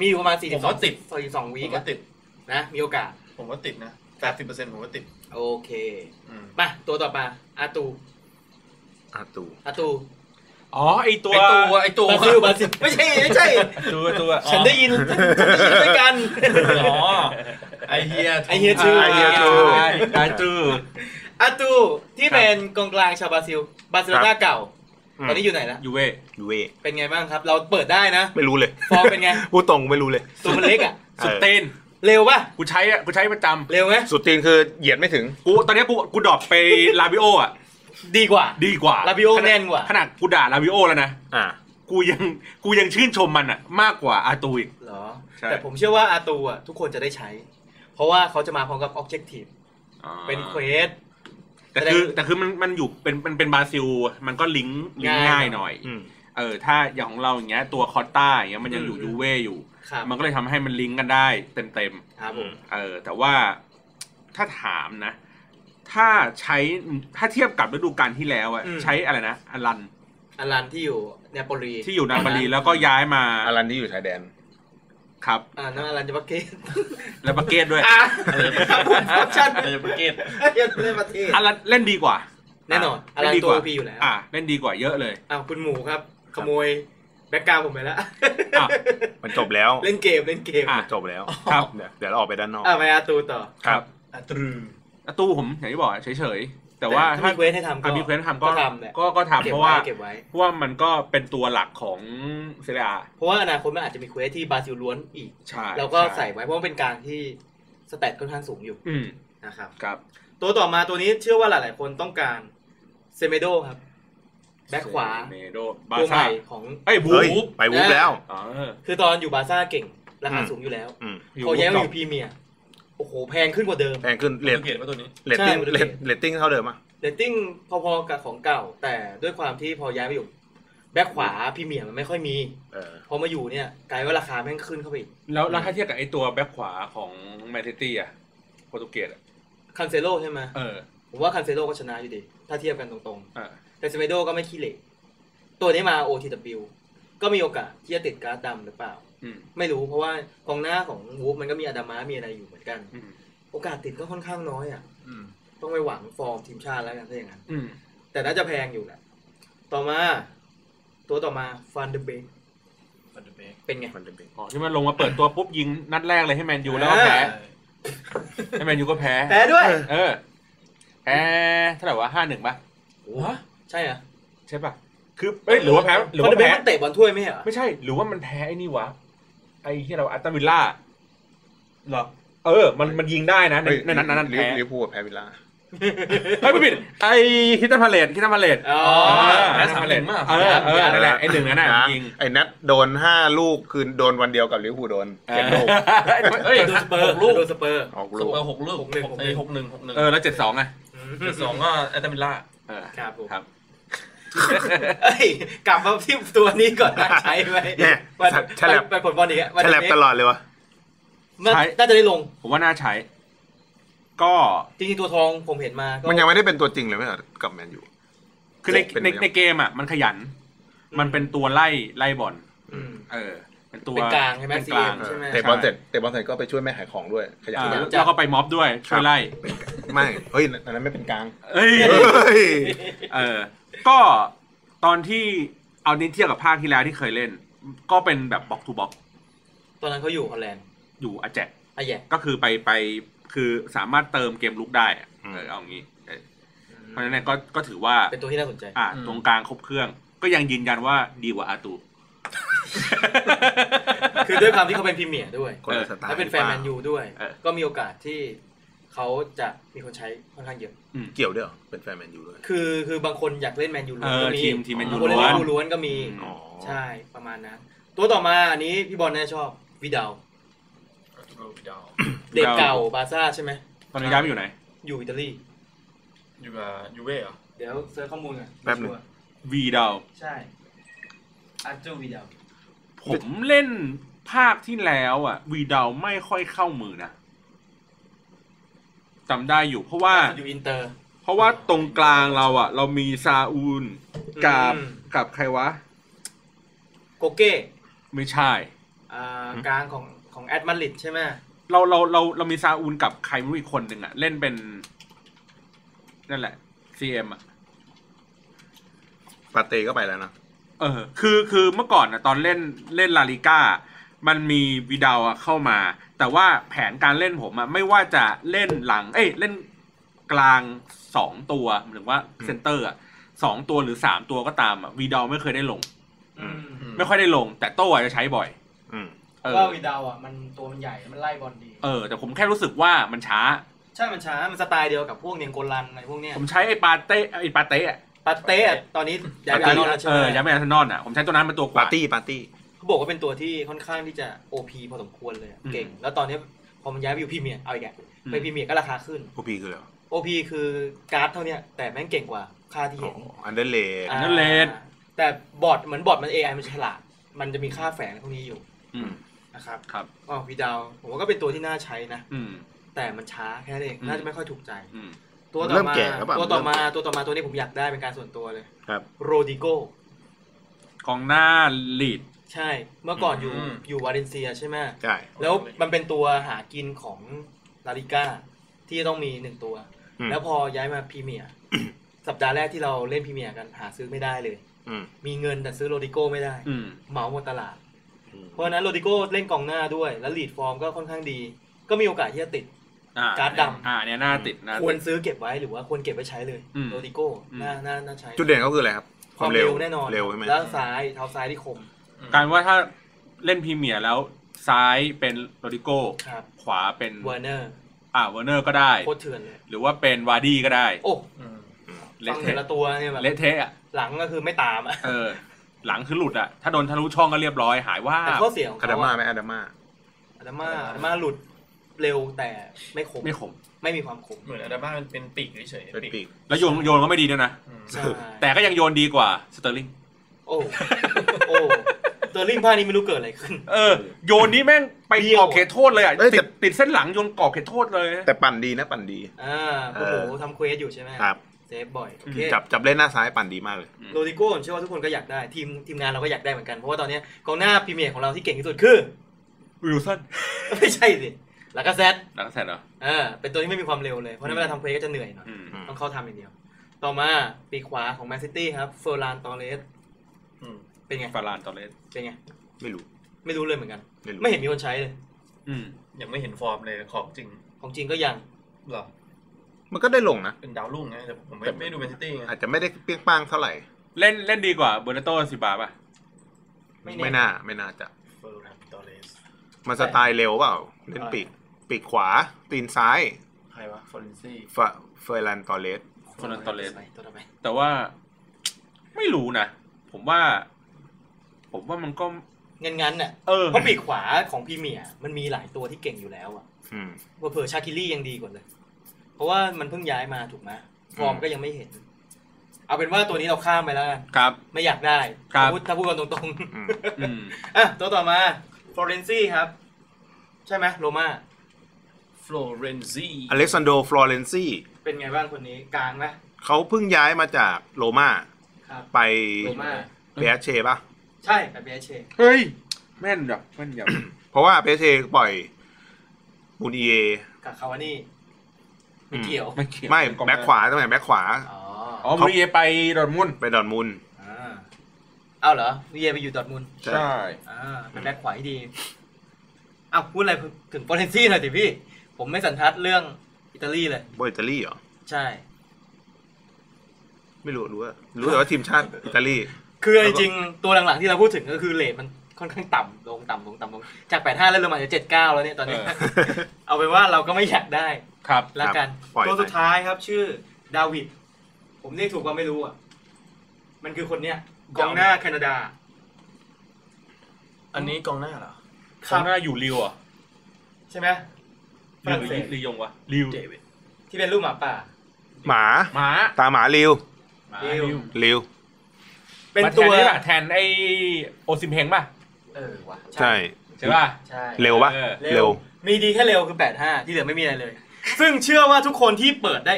S3: มีอยู่ประมาณ
S4: ผมว่า
S3: 42
S4: ติด
S3: 42
S4: ผ
S3: วี
S4: ม
S3: ค
S4: ว่าติด
S3: นะมีโอกาส
S4: ผมว่าติดนะแปดสิบเปอร์เซ็นต์ผมว่าติด
S3: โอเค
S4: อืม
S3: มาตัวต่อมาอาตู
S2: อาตู
S3: อาตู
S5: อ๋อไอตัว
S4: ไอตัวไอตัว
S3: บราซิลบราซิลไม่ใช่ไม่ใช่
S5: ตัวตัว
S3: ฉันได้ยินฉันได้ยินด้วยกัน
S4: อ๋อไอเฮีย
S3: ไอเฮีย
S4: ทู
S3: ชื่อ
S2: าเฮียทู
S5: อาจู
S3: อาตูที่เป็นกองกลางชาวบราซิล บาร์เซโลนาเก่า ตอนนี้อยู่ไหนละ
S5: ยูเว่
S2: ยูเว่
S3: เป็นไงบ้างครับ เราเปิดได้นะ
S2: ไม่รู้เลย
S3: ฟอร์มเป็นไง
S2: พูดตรงไม่รู้เลย
S3: ตัวมันเล็กอ่ะ
S5: สุดเต้น
S3: เร็วป่ะ
S5: กูใช้อะกูใช้ประจำ
S3: เร็วไหม
S2: สุดตีนคือเหยียดไม่ถึง
S5: กูตอนเนี้ยกูกูดรอปไปลาบิโออ่ะ
S3: ดีกว่า
S5: ดีกว่า
S3: ลาบิโอ
S5: ขด
S3: แน่นกว่า
S5: ขนาดกูด่าลาบิโอแล้วนะ
S2: อ่า
S5: กูยังกูยังชื่นชมมันอ่ะ มากกว่าอาตูอีก
S3: เหรอ
S5: ใช่
S3: แต่ผมเชื่อว่าอาตูอ่ะ ทุกคนจะได้ใช้ เพราะว่าเขาจะมาพร้อมกับออบเจกตีฟเป็นเควส
S5: แต่คือแต่คือมันมันอยู่เป็นมันเป็นบราซิล มันก็ลิงก์ลิงก์
S3: ง่าย
S5: ง่ายหน่อย
S2: อืม
S5: เออถ้าอย่างของเราอย่างเงี้ยตัวคอตต้าอย่างเงี้ยมันยังอยู่ยูเว่อยู่
S3: ครับ
S5: มันก็เลยทำให้มันลิงก์กันได้เต็มเต็มๆ
S3: ครับผม
S5: เออแต่ว่าถ้าถามนะ ถ้าใช้ถ้าเทียบกับฤดูกาลที่แล้วอะ
S3: อืม
S5: ใช้อะไรนะอลัน
S3: อันรันที่อยู่เนโปลี
S5: ที่อยู่นาบาลีแล้วก็ย้ายมา
S2: อารันที่อยู่ชายแดน ครับ
S3: อ่านั่นอลันจะบักเกต
S5: และบักเก็ตด้วย
S3: อ่าครับผมฟังก์ชัน
S4: เราจะเกต
S3: เล่นเล่นประเทศ
S5: อันละเล่นดีกว่า
S3: แน่นอนอ
S5: เล่
S3: ลัน
S5: นดี
S3: ตั
S5: ก
S3: ว
S5: ว่า
S3: พีอยู่แล้ว
S5: อ่ะเล่นดีกว่าเยอะเลย
S3: อ้าวคุณหมูครับ ขโมยแบ็กกราวผมไปแล้ว
S5: อ่ะ
S2: มันจบแล้ว
S3: เล่นเกมเล่นเกม
S5: อ่ะ
S2: มันจบแล้ว
S5: ครับ
S2: เดี๋ยวเดี๋ยวเราออกไปด้านนอก
S3: อ่าไปอาตูต่อ
S5: ครับ
S4: อะตรึง
S5: แล้วตู้ผมอย่างที่บอกเฉยๆ แต่ว่า
S3: ถ้า
S5: ถ้า
S3: มีเควสให้ทำก็
S5: อ่ะมีเควสทำก็
S3: ก็ทำแหละ
S5: ก็ก็ทำ
S3: เก็บ
S5: เพราะ
S3: ไว้
S5: ว่า
S3: เก็บไว้
S5: เพราะว่ามันก็เป็นตัวหลักของเซเรียอา
S3: เพราะว่าอนาคตมันอาจจะมีเควสที่บราซิลล้วนอีก
S5: ใช่
S3: เราก็
S5: ช่
S3: ใส่ไว้เพราะมันเป็นกลางที่สเตตค่อนข้างสูงอยู่
S5: อืม
S3: นะครับ
S5: ครับ
S3: ตัวต่อมาตัวนี้เชื่อว่าหลายๆคนต้องการเซเมโดครับ แบ็คขวา
S5: เซเมโดบา
S3: ตัวให
S5: ซ่า
S3: ม่ของ
S5: เอ้ยบู
S2: เฮ้ย
S5: ฟ
S2: ไปวูบแล้ว
S5: อ๋อ
S3: คือตอนอยู่บาร์ซ่าเก่ง ราคาสูงอยู่แล้ว
S2: อืม
S5: อยู่
S3: พอย้าย
S5: ด
S3: มาอ
S5: อยู่
S3: พรีเมียร์โอ้โห แพงขึ้นกว่าเดิม
S2: แพงขึ้นเร
S4: เรีย
S2: ต
S4: นเกตว่าตัวนี้
S2: เรตติ้ง
S3: ใช่
S2: เรตเรตติ้งเท่าเดิมอ่ะ
S3: เรตติ้งพอๆกับของเก่า แต่ด้วยความที่พอย้ายมาอยู่ แบ็คขวาพรีเมียร์มันไม่ค่อยมี
S2: เออ
S3: พอมาอยู่เนี่ยกลายว่าราคาแม่งขึ้นเข้าไปอีก
S5: แล้วแล้วถ้าเทียบกับไอ้ตัวแบ็คขวาของแมนเชสเตอร์อ่ะโปรตุเกสอะ
S3: คันเซโลใช่ไหม
S5: เออ
S3: ผมว่าคันเซโลก็ชนะอยู่ดี ถ้าเทียบกันตรง
S5: อ่ะ
S3: ๆ แต่เซเมโดก็ไม่ขี้เหร่ตัวนี้มา OTW ก็มีโอกาสที่จะติดการ์ดดำหรือเปล่า
S5: อืม
S3: ไม่รู้เพราะว่ากองหน้าของวูฟมันก็มีอาดามามีอะไรอยู่เหมือนกัน
S5: อืม
S3: โอกาสติดก็ค่อนข้างน้อยอ่ะต้องไปหวังฟอร์มทีมชาติแล้วกันถ้าอย่างนั้น
S5: อืม
S3: แต่น่าจะแพงอยู่แหละ ต่อมา ตัวต่อมาฟันเดเบกเป็นไง
S2: มันจะเป็น
S5: อ๋อที่มันลงมาเปิดตัวปุ๊บยิงนัดแรกเลยให้แมนยูแล้วก็
S3: อ่า
S5: แพ้ให้แมนยูก็แพ้
S3: แพ้ด้วย
S5: เออแพ้เท่าไหร่วะห้าหนึ่งป่ะ
S3: ใช่เหรอ
S5: ใช่ป่ะคือเอ้ยหรือว่าแพ้หรือ
S3: ฟัน
S5: ว่า
S3: เดเบก
S5: แพ้
S3: มันเตะบอลถ้วยไม่ใช่เหรอ
S5: ไม่ใช่ หรือว่ามันแพ้ไอ้นี่วะไอ้ที่เราอัตตันวิลล่า
S4: หรอ
S5: เออ มันมันยิงได้นะในในนั้นนั้น
S2: ลิ
S5: แพ้
S2: ลิเวอร์พูลกับแพ้วิลล่า
S5: เฮ้ยไม่ผิดไอ้คิตตันพาเลตคิตตันพาเลต
S3: อ๋อ
S4: แพ้สามหนึ่งมั้ง
S5: เออเออนั่นแหละไอ้หนึ่งนั่นน่ะยิง
S2: ไอ้นัดโดนห้าลูกคือโดนวันเดียวกับลิเวอร์พูลโดนเจ็ดลูก
S5: เอ้ย
S3: โดนสเปอร์
S4: หกลูก
S3: โดนสเปอร์
S2: ออก
S4: ส
S2: ลูก
S4: เปอร์หกลูก
S3: หกหนึ่ง
S4: เอ้ยหกหนึ่งหกหนึ่ง
S5: เออแล้วเจ็ดสองอ่ะ
S4: เจ็ดสองก็แอตตามิลล่า
S5: เออ
S3: ครับผม
S5: ครับ
S3: เอ้ยกลับมาที่ตัวนี้ก่อนนะใช้ไว้
S2: แน่
S3: วัน
S2: ฉะฉลับ
S3: ไปผลบอลอีกอะวัน
S2: ฉลับ
S3: เบ
S2: ตลอดเลยวะ
S3: มันน่าจะได้ลง
S5: ผมว่าน่าใช้ ก็
S3: จริงๆตัวทองผมเห็นมาก็
S2: มันยังไม่ได้เป็นตัวจริงเลยไม่เหรอกับแมนยู
S5: คือใน
S2: เป็น
S5: ใน
S2: ยังไง
S5: ในเกมอ่ะมันขยัน มันเป็นตัวไล่ไล่บอล
S3: อืม
S5: เออ เป็นตัว
S3: เป็นกลางใช่ไหม
S5: เป็นกลาง
S3: CM ใช่ไหม
S2: เตะบอลเสร็จเตะบอลเสร็จก็ไปช่วยแม่ขายของด้วยขยัน
S5: เออ
S2: ขยัน
S5: แล้วก็ไปม็อบด้วยช่ว
S2: ครั
S5: ย
S2: บ
S5: ไล่
S2: ไม่เฮ้ยอันนั้นไม่เป็นกลาง
S5: เอ้ย
S2: เฮ้ย
S5: เออ ก็ตอนที่เอานี้เทียบกับภาคที่แล้วที่เคยเล่น ก็เป็นแบบบ็อกทูบ็อก
S3: ตอนนั้นเขาอยู่ฮอลแลนด์
S5: อยู่อาแจก
S3: อะแย่
S5: ก็คือไปไปคือสามารถเติมเกมลุกได้อะเออเอางี้เออเพราะฉะนั้นเนี่ยก็ก็ถือว่า
S3: เป็นตัวที่น่าสนใจ
S5: อ่า
S4: อืม
S5: ตรงกลางครบเครื่อง ก็ยังยืนยันว่าดีกว่าอาตู
S3: คือด้วยความที่เขาเป็นพรีเมียร์ด้วย
S2: คนละสไตล์
S3: และเป็นแฟนแมนยูด้วย
S5: เออ
S3: ก็มีโอกาสที่เขาจะมีคนใช้ค่อนข้างเยอะ
S2: เกี่ยวด้วยเหรอเป็นแฟนแมนยูด้วย
S3: คือคือบางคนอยากเล่นแมนยูล้
S5: เออ
S3: วนก็มี
S5: ทีมทีมแมนยู
S3: บางคนเล่น
S5: ล้ว
S3: แม
S5: น
S3: นยูล้วนก็มี
S5: อ๋อ
S3: ใช่ประมาณนั้น ตัวต่อมาอันนี้พี่บอลน่าชอบวิดาลเด็กเก่าบาร์ซ่าใช่ไหม
S5: ตอนนี้ย้ายไปอยู่ไหน
S3: อยู่อิตาลี
S4: อยู่กับยูเว่เหรอ
S3: เดี๋ยวเซิร์ชข้อมูลกัน
S2: แป๊บหนึง
S5: วีดาว
S3: ใช่อาร์จูวิดาล
S5: ผมเล่นภาคที่แล้วอ่ะ วีดาวไม่ค่อยเข้ามือนะจำได้อยู่เพราะว่า
S3: อยู่อินเตอร์
S5: เพราะว่าตรงกลางเราอ่ะ เรามีซาอูลกับ
S3: อืม
S5: กับใครวะ
S3: โกเก้
S5: ไม่ใช่
S3: อ่ากลางของของแอดมาดริดใช่ไหม
S5: เราเราเราเรามีซาอูลกับใครไม่รู้อีกคนหนึ่งอะเล่นเป็น นั่นแหละ CM อะ
S2: ปาเต้ก็ไปแล้วนะ
S5: เออ คือคือเมื่อก่อนอะตอนเล่นเล่นลาลิก้า มันมีวิดาวอะเข้ามา แต่ว่าแผนการเล่นผมอะไม่ว่าจะเล่นหลัง เอ้ยเล่นกลางสองตัวหรือว่าเซนเตอร์อะสองตัวหรือสามตัวก็ตามอะวีดาวไม่เคยได้ลง ไม่ค่อยได้ลง แต่โต้อะจะใช้บ่อย
S2: อืม
S5: เออ
S3: ว่าวิดาวอ่ะมันตัวมันใหญ่มันไล่บอลดี
S5: เออ แต่ผมแค่รู้สึกว่ามันช้า
S3: ใช่มันช้า มันสไตล์เดียวกับพวกเนียงโกลันอะไรพวกเนี้ย
S5: ผมใช้ไอ้ปาเต้ไอ้ปาเต้อะ
S3: ปาเต้อะตอนนี้ย้ายไปอาร์เซนอลแล้วใช่
S5: เอ
S3: ไห
S5: อ
S3: ม
S5: ย้ายไปอาร์เซนอลอ่ะ ผมใช้ตัวนั้นเป็นตัว
S2: ปาว
S5: กาด
S2: ร์ตี้ปาร์ตี้
S3: เขาบอกว่าเป็นตัวที่ค่อนข้างที่จะ OP พอสมควรเลยอะ
S5: อืม
S3: เก่ง แล้วตอนนี้พอมันย้ายไปอยู่พรีเมียร์เอาอีกอะ
S5: อืม
S3: ไปพรีเมียร์ก็ราคาขึ้น
S2: พวกพี่คืออะไรวะ
S3: OP คือการ์ดเท่าเนี้ยแต่แม่งเก่งกว่าค่าที่
S2: อ๋
S3: เห็
S2: อน อันเดอร์เลด
S5: อันนั้นเลน
S3: อ่าแต่บอร์ดเหมือนบอร์ดมัน AI มันฉลาด มันจะมีค่าแฝงพวกนี้อยู่
S5: อืม
S3: นะครับ
S5: ครับ
S3: อ๋อวิดาวผมว่าก็เป็นตัวที่น่าใช้นะ
S5: อืม
S3: แต่มันช้าแค่นั้นเอง
S5: อืม
S3: น่าจะไม่ค่อยถูกใจ
S5: อืม
S3: ตัวต่อ
S2: เริ่ม
S3: มา
S2: แก่แล้วป่ะ
S3: ตัวต่อมาตัวต่อมาตัวนี้ผมอยากได้เป็นการส่วนตัวเลย
S2: ครับ
S3: โรดิโก
S5: กองหน้าลีด
S3: ใช่ เมื่อก่อนอยู่
S4: อืม
S3: อยู่วาเลนเซียใช่ไหม
S2: ใช่
S3: แล้วมันเป็นตัวหากินของลาลิก้าที่จะต้องมีหนึ่งตัว
S2: อืม
S3: แล้วพอย้ายมาพรีเมียร์ สัปดาห์แรกที่เราเล่นพรีเมียร์กันหาซื้อไม่ได้เลย
S2: อืม
S3: มีเงินแต่ซื้อโรดิโก้ไม่ได้
S5: อืม
S3: เหมาหมดตลาด
S2: อืม
S3: เพราะฉะนั้นโรดิโก้เล่นกองหน้าด้วย แล้วลีดฟอร์มก็ค่อนข้างดี ก็มีโอกาสที่จะติด
S5: อ่า
S3: การ์ดดำ
S5: อ่าเนี่ยหน้าติดหนะ
S3: ควรซื้อเก็บไว้หรือว่าควรเก็บไว้ใช้เลย
S5: อืม
S3: โรดิโก้
S5: อืม
S3: น่าน่าน่าใช้
S2: จุดเด่นเขาคืออะไรครับ
S3: ความเร็วแน่นอน
S2: เร็วใช่ไหม
S3: แล้วซ้ายเท้าซ้ายที่คม
S5: การว่าถ้าเล่นพรีเมียร์แล้วซ้ายเป็นโรดิโก้
S3: ครับ
S5: ขวาเป็น
S3: เวอร์เนอร์
S5: อ่าวอร์เนอร์ก็ได้
S3: โคตรเถื่อนเลย
S5: หรือว่าเป็นวาร์ดี้ก็ได้
S3: โอ้
S4: อืม
S2: อืม
S5: เละ
S3: ฟังแต่
S5: เทะ
S3: ละตัวเนี่ยแบบ
S5: เละเทะอะ
S3: หลังก็คือไม่ตามอะ
S5: เออ หลังคือหลุดอ่ะ ถ้าโดนทะลุช่องก็เรียบร้อยหายว่า
S3: แต่
S5: บ
S3: ข้อเสียของ
S2: อาดา
S3: เขา
S2: มา
S3: อะ
S2: ไหมอาดามา
S3: อาดามาอาดามาหลุดเร็วแต่ไม่คม
S5: ไม่ขม
S3: ไม่มีความคม
S4: เหมือนอาดาบ้ามันเป็นปีกเฉยๆ
S2: เป็นปีก
S5: แล้วโยนโยนก็ไม่ดีด้วยนะ
S4: อืม
S3: ใช่
S5: แต่ก็ยังโยนดีกว่าสเตอร์ลิง
S3: โอ้โอ้เตอร์ลิงพลาดนี้ไม่รู้เกิดอะไรขึ้น
S5: เออ โยนนี้แม่งไป
S3: เบี้ยว
S5: กรอบเขตโทษเลยอ่ะ
S2: เอ้ยแต่
S5: ติดติดเส้นหลังโยนกรอบเขตโทษเลย
S2: แต่ปั่นดีนะปั่นดี
S3: อ่าโอ้โหทำเควสอยู่ใช่ไหม
S2: ครับ
S3: เซฟบ่อยโอเค
S2: จับจับเล่นหน้าซ้ายปั่นดีมากเลย
S3: โรดิโก้ผมเชื่อว่าทุกคนก็อยากได้ทีมทีมงานเราก็อยากได้เหมือนกัน เพราะว่าตอนเนี้ยกองหน้าพรีเมียร์ของเราที่เก่งที่สุดคือ
S5: วิลสัน
S3: ไม่ใช่สิลากาเซต
S5: หลังแสนเหรอ
S3: เออเป็นตัวที่ไม่มีความเร็วเลยเพราะฉะนั้นเวลาทำเพลย์ก็จะเหนื่อยหน่อย
S5: อืม
S2: อืม
S3: ต้องเข้าทำอย่างเดียว ต่อมาปีกขวาของแมนซิตี้ครับเฟอร์ลานตอเรส
S4: อืม
S3: เป็นไง
S5: ฟารานตอเลส
S3: เป็นไง
S2: ไม่รู้
S3: ไม่รู้เลยเหมือนกัน
S2: ไม่รู้
S3: ไม่เห็นมีคนใช้เลย
S5: อืม
S4: ยังไม่เห็นฟอร์มเลยของจริง
S3: ของจริงก็ยัง
S4: หรอ
S2: มันก็ได้ลงนะ
S4: เป็นดาวรุ่งไงแต่ผมไม่
S2: แต่
S4: ไม่ดูแมนซิตี้ไง
S2: อาจจะไม่ได้เปรี้ยงป้างเท่าไหร่
S5: เล่นเล่นดีกว่าเบอร์นาโตสิบาป่ะ
S3: แ
S2: ไม่น่าไม่น่าจะ
S4: เฟอร์นันโตเรส
S2: มันสไตล์เร็วเปล่า เล่นปีก ปีกขวา ตีนซ้าย
S4: ใครวะฟอเรนซี่
S2: ฟะเฟอร์ลันตอเรส
S5: เฟอร์นันตอเรส
S3: ไปตัวต่อไป
S5: แต่ว่า ไม่รู้นะ ผมว่า ผมว่ามันก็
S3: เงินงั้นน่ะ
S5: เออ
S3: เพราะปีกขวาของพรีเมียร์มันมีหลายตัวที่เก่งอยู่แล้วอะ
S2: อืม
S3: เผื่อๆชาคิลี่ยังดีกว่าเลย เพราะว่ามันเพิ่งย้ายมาถูกไหมฟอร์มก็ยังไม่เห็น เอาเป็นว่าตัวนี้เราข้ามไปแล้วกัน
S5: ครับ
S3: ไม่อยากได้
S5: ครับ
S3: ถ้าพูดถ้าพูดกันตรง
S2: อืม
S3: ๆ
S5: อืม
S3: อ่ะ ตัวต่อมาฟลอเรนซี่ครับ ใช่ไหมโรมา
S4: ฟลอเรนซี่
S2: อเล็กซานโดฟลอเรนซี
S3: เป็นไงบ้างคนนี้กลางไหม
S2: เขาเพิ่งย้ายมาจากโรม่า
S3: ครับ
S2: ไป
S3: โรม่า
S2: เปเชป่ะ
S3: ใช่แบบเบเช
S5: เฮ้ย แม่นแบบแม่นย
S2: เพราะว่าเปเชปล่อยมูนเอ
S3: กับคาวานี่ไม่เกี่ยว
S5: ำไม่เขียน
S2: ไม่แบ็คขวาตั้งแต่แบ็คขวา
S3: อ๋อ
S5: อ๋อมูริเอไปดอร์ทมุนด์
S2: ไปดอนมุนด์
S3: อ่าเอาเหรอวีเอไปอยู่ดอร์ทมุนด์
S2: ใช่
S3: อ่าเป็นแบ็คขวาที่ดีอ้าวพูดอะไรถึงฟลอเรนซี่หน่อยสิพี่ ผมไม่สันทัดเรื่องอิตาลีเลย
S2: โบอิตาลีเหรอ
S3: ใช่
S2: ไม่รู้รู้ว่ารู้แต่ว่าทีมชาติอิตาลี
S3: คือจริงๆตัวหลังๆที่เราพูดถึงก็คือเลทมันค่อนข้างต่ำลงต่ำลงต่ำลงจาก 85 แล้วลงมาเหลือ79 แล้วเนี่ยตอนนี้ เอาเป็นว่าเราก็ไม่อยากได้
S5: ครับ
S3: ละกัน
S2: ปล่อยไป
S3: ตัวสุดท้ายครับชื่อดาวิด ผมเรียกถูกว่าไม่รู้อ่ะ มันคือคนเนี้ยกองหน้าแคนาดา
S4: อันนี้กองหน้าเหรอ
S5: ครั้างหน้าอยู่ริวเหรอ่ะ
S3: ใช่ไหมฝรั่งเศส
S5: ริวยงวะริว
S4: เดวิด
S3: ที่เป็นรูปหมาป่า
S2: หมา
S5: หมา
S2: ตาหมาริว
S5: หมา
S3: ริว
S2: ริว
S3: เป็น
S5: มาแท
S3: ตั
S5: น
S3: ว
S5: นี่ป่ะแทนไอโอซิมเพงป่ะ
S3: เออว่ะ
S2: ใช่
S5: ใช่ป่ะ
S3: ใช่
S2: เร็วปะ
S5: เออ
S2: เร็ว
S3: มีดีแค่เร็วคือ 85 ที่เหลือไม่มีอะไรเลย ซึ่งเชื่อว่าทุกคนที่เปิดได้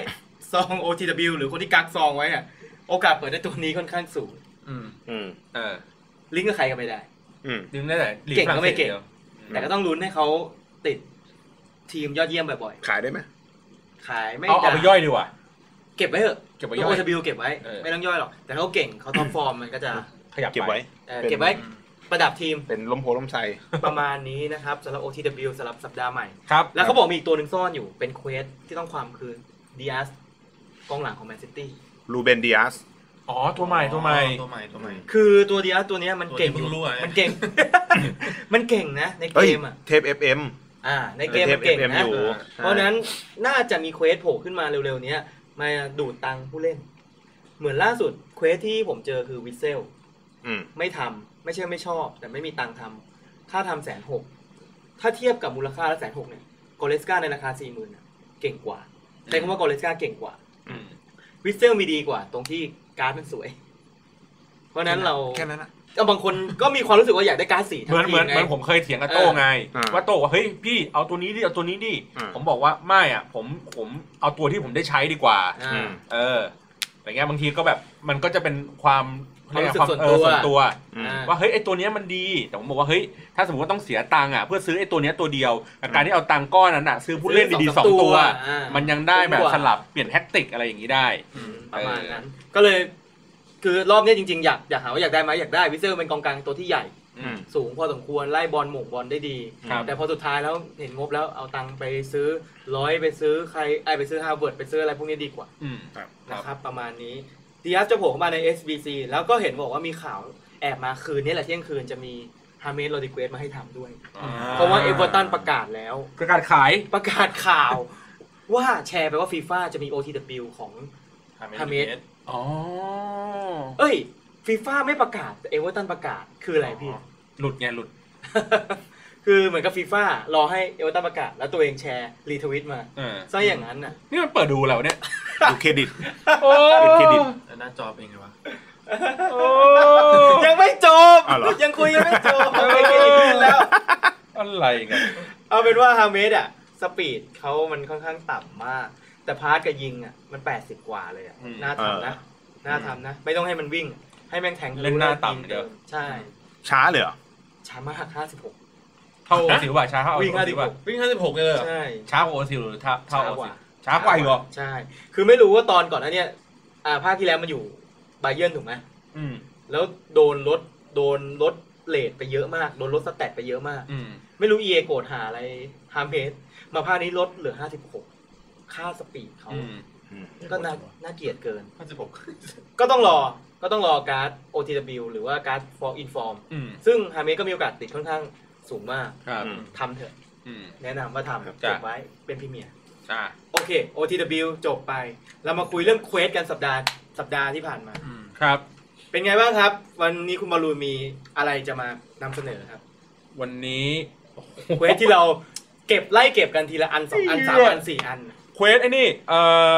S3: ซอง OTW หรือคนที่กักซองไว้เนี่ยโอกาสเปิดได้ตัวนี้ค่อนข้างสูง
S4: อืม
S2: อืม
S5: เออ
S3: ลิงก์กับใครก็ไม่ได้
S2: อืม
S5: ดึงได้แต่ลี
S3: เก่งก็
S5: ฝ
S3: ไม่
S5: รั่ศส
S3: เก่ง
S5: ดียว
S3: แต่ก็ต้องลุ้นให้เขาติดทีมยอดเยี่ยมบ่อย
S2: ขายได้ไหม
S3: ๆ ขายไม่
S5: เอาเอาไปย่อยดีกว่า
S3: เก็บไว้เถอะ
S5: เก็บไปย่
S3: ตั
S5: อ
S3: วย ทบิลเก็บไว้
S5: เออ
S3: ไม่ต้องย่อยหรอก แต่เขาเก่งเขาท็อปฟอร์มมันก็จะ
S5: ขยับ
S2: เก็บ
S5: ไป
S2: ไว้
S3: เอ่อ
S2: เป็น
S3: เก็บไว้
S4: อืม
S3: ประดับ ทีม
S2: เป็นล้มโพล้มไซ
S3: ประมาณนี้นะครับสำหรับ OTW สำหรับสัปดาห์ใหม่
S5: ครับ
S3: แล้วเขาบอกมีอีกตัวหนึ่งซ่อนอยู่เป็นเควสที่ต้องความคือดีอาสกองหลังของแมนซิตี้
S2: ลูเบนดิอาส
S5: อ๋อ ตัวใหม่ ตัวใหม่
S4: ตัวใหม่ตัวใหม่
S3: คือตัวดีอาสตัวเนี้ยมันเก่ง
S4: ตัวที่เพิ่งรั่วไง
S3: มันเก่ง มันเก่งนะในเก
S2: เฮ้ย
S3: มอ่ะ
S2: เทปเอฟเอ็ม
S3: อ่า ในเก
S2: เท
S3: ม
S2: ป
S3: มัน
S2: เอ
S3: เก่
S2: ฟ
S3: ง
S2: เอ็ม
S3: นะ
S2: อยู่
S3: เพราะฉะนั้นน่าจะมีเควสโผล่ขึ้นมาเร็วๆเนี้ยมาดูดตังค์ผู้เล่น เหมือนล่าสุดเควสที่ผมเจอคือวิเซล
S2: อืม
S3: ไม่ทำไม่ใช่ไม่ชอบ แต่ไม่มีตังค์ทำค่าทำแสนหกถ้าเทียบกับมูลค่าละแสนหกเนี่ยกอเลสกาในราคาสี่หมื่นะเก่งกว่าใช้คำว่ากอเลสกาเก่งกว่า
S5: อืม
S3: วิเซลมีดีกว่า ตรงที่การ์ดมันสวย เพราะฉะนั้นเรา
S2: แค่นั้นอะ
S3: ก็บางคนก็มีความรู้สึกว่าอยากได้การ์ดสีทั้
S5: เหมือน
S3: งที
S5: เหมือน
S3: ไง
S5: เหมือนผมเคยเถียงกับโต้ไง
S2: อ่า
S5: ว่าโต้ว่าเฮ้ยพี่เอาตัวนี้ดิเอาตัวนี้ดิ
S2: อ่า
S5: ผมบอกว่าไม่อ่ะ ผมผมเอาตัวที่ผมได้ใช้ดีกว่า
S3: อ่า
S2: อืม
S5: เออ แต่เงี้ยบางทีก็แบบมันก็จะเป็นความ
S3: ความรู้สึก
S5: ความ
S3: ส่วน
S5: เอ
S3: ตั
S5: อ
S3: ว
S5: ส่วนตัว
S2: อืม
S3: อ่า
S5: ว่าเฮ้ยไอตัวเนี้ยมันดี แต่ผมบอกว่าเฮ้ยถ้าสมมติว่าต้องเสียตังค์อ่ะเพื่อซื้อไอตัวเนี้ยตัวเดียวกับการที่เอาตังค์ก้อนนั้นอ่ะซื้อผู้เล่นดีๆสองตัว
S3: อ่ามั
S5: มันยังได้แบบ
S3: คุ้มกว่า
S5: สลับเปลี่ยนแท็กติกอะไรอย่างนี้ได้
S3: ประมาณนั้น ก็เลย คือรอบเนี้ยจริงๆ อยากอยากหาว่าอยากได้ไหมอยากได้วิเซอร์เป็นกองกลางตัวที่ใหญ่
S5: อืม
S3: สูงพอสมควรไล่บอลหม่งบอลได้ดี
S5: ครับ
S3: แต่พอสุดท้ายแล้วเห็นงบแล้วเอาตังค์ไปซื้อร้อยไปซื้อใครไอยไปซื้อฮาร์วาร์ดไปซื้ออะไรพวกนี้ดีกว่า
S5: อืม
S3: นะครับประมาณนี้ดีอาจะโผล่เข้ามาใน SBC แล้วก็เห็นบอกว่ามีข่าวแอบมาคืนนี่แหละเที่ยงคืนจะมีฮาเมสโรดิเกสมาให้ทำด้วย เพราะว่าเอเวอร์ตันประกาศแล้ว
S5: ประกาศขาย
S3: ประกาศข่าว ว่าแชร์ไปว่าฟีฟ่าจะมี OTW ของ ฮาเมด
S5: อ๋อ
S3: เอ้ยฟีฟ่าไม่ประกาศแต่เอเวอร์ตันประกาศคืออะไรพี่
S5: อ๋อ หลุดไงหลุด
S3: คือเหมือนกับฟีฟ่ารอให้เอเวอร์ตันประกาศ แล้วตัวเองแชร์รีทวิตมา
S5: เออ
S3: ซะอย่างนั้นน่ะ
S5: นี่มันเปิดดูแล้วเนี่ย
S2: ดูเครดิต
S5: โอ้
S2: เป็นเครดิต
S4: แล้วหน้าจอเป็นไงวะ
S5: โอ้
S3: ยังไม่จบ
S2: อ้าวเหรอ
S3: ยังคุยกันไม่จบ
S5: เออ
S3: ไม่เคยได้ยินแล้ว
S5: อะไรกัน
S3: เอาเป็นว่าฮาเมดอะสปีดเขามันค่อนข้างต่ำมาก แต่พาร์ทกับยิงอะมัน 80 กว่าเลยอะน่าทำนะ น่าทำนะ ไม่ต้องให้มันวิ่ง ให้แม่งแทงทะ
S5: เล่นหน้าต่ำ
S3: ยิง
S5: เดียว
S3: ใช่
S2: ช้าเลยเหรอ
S3: ช้ามาก 56
S5: เท่าโอซิลว่าช้าเท่าโอ
S3: วิ่งห้าสิ
S5: ซิล
S3: บห
S5: ว่าก
S4: วิ่งห้าสิบหกเลยเหรอ
S3: ใช่
S5: ช้ากว่าโอซิลหรือเท่าเท่าโอ
S3: ช้ากว่า
S5: ซิลช้ากว่าอีกเหรอ
S3: ใช่ คือไม่รู้ว่าตอนก่อนหนั้านเนี่ยอ่าภาคที่แล้วมันอยู่ไบเย r ร์นถูกไหม
S5: อืม
S3: แล้วโดนลดโดนลดเลทไปเยอะมาก โดนลดสแตทไปเยอะมาก
S5: อืม
S3: ไม่รู้เอโกรธหาอะไรฮาเมดมาภาคนี้ลดเหลือ 56 ค่าสปีดเขา
S5: อืม
S3: ก็น่าน่าเกลียดเกิน
S4: ห้าสิบหก
S3: ก็ต้องรอ ก็ต้องรอการ์ด OTW หรือว่าการ์ด for inform
S5: อืม
S3: ซึ่งฮาเมสก็มีโอกาสติดค่อนข้างสูงมาก
S5: ครับ
S2: อืม
S3: ทำเถอะ
S5: อืม
S3: แนะนำว่าทำ
S5: ครับ
S3: เก็บไว้เป็นพรีเมียร์
S5: อ่า
S3: โอเค OTW จบไป เรามาคุยเรื่องเควสกันสัปดาห์ สัปดาห์ที่ผ่านมา
S5: ครับ
S3: เป็นไงบ้างครับ วันนี้คุณบอลลูนมีอะไรจะมานำเสนอครับ
S5: วันนี้
S3: เควสที่เราเก็บไล่เก็บกันทีละอันสองอันสามอันสี่อัน
S5: เควสไอ้นี่เออ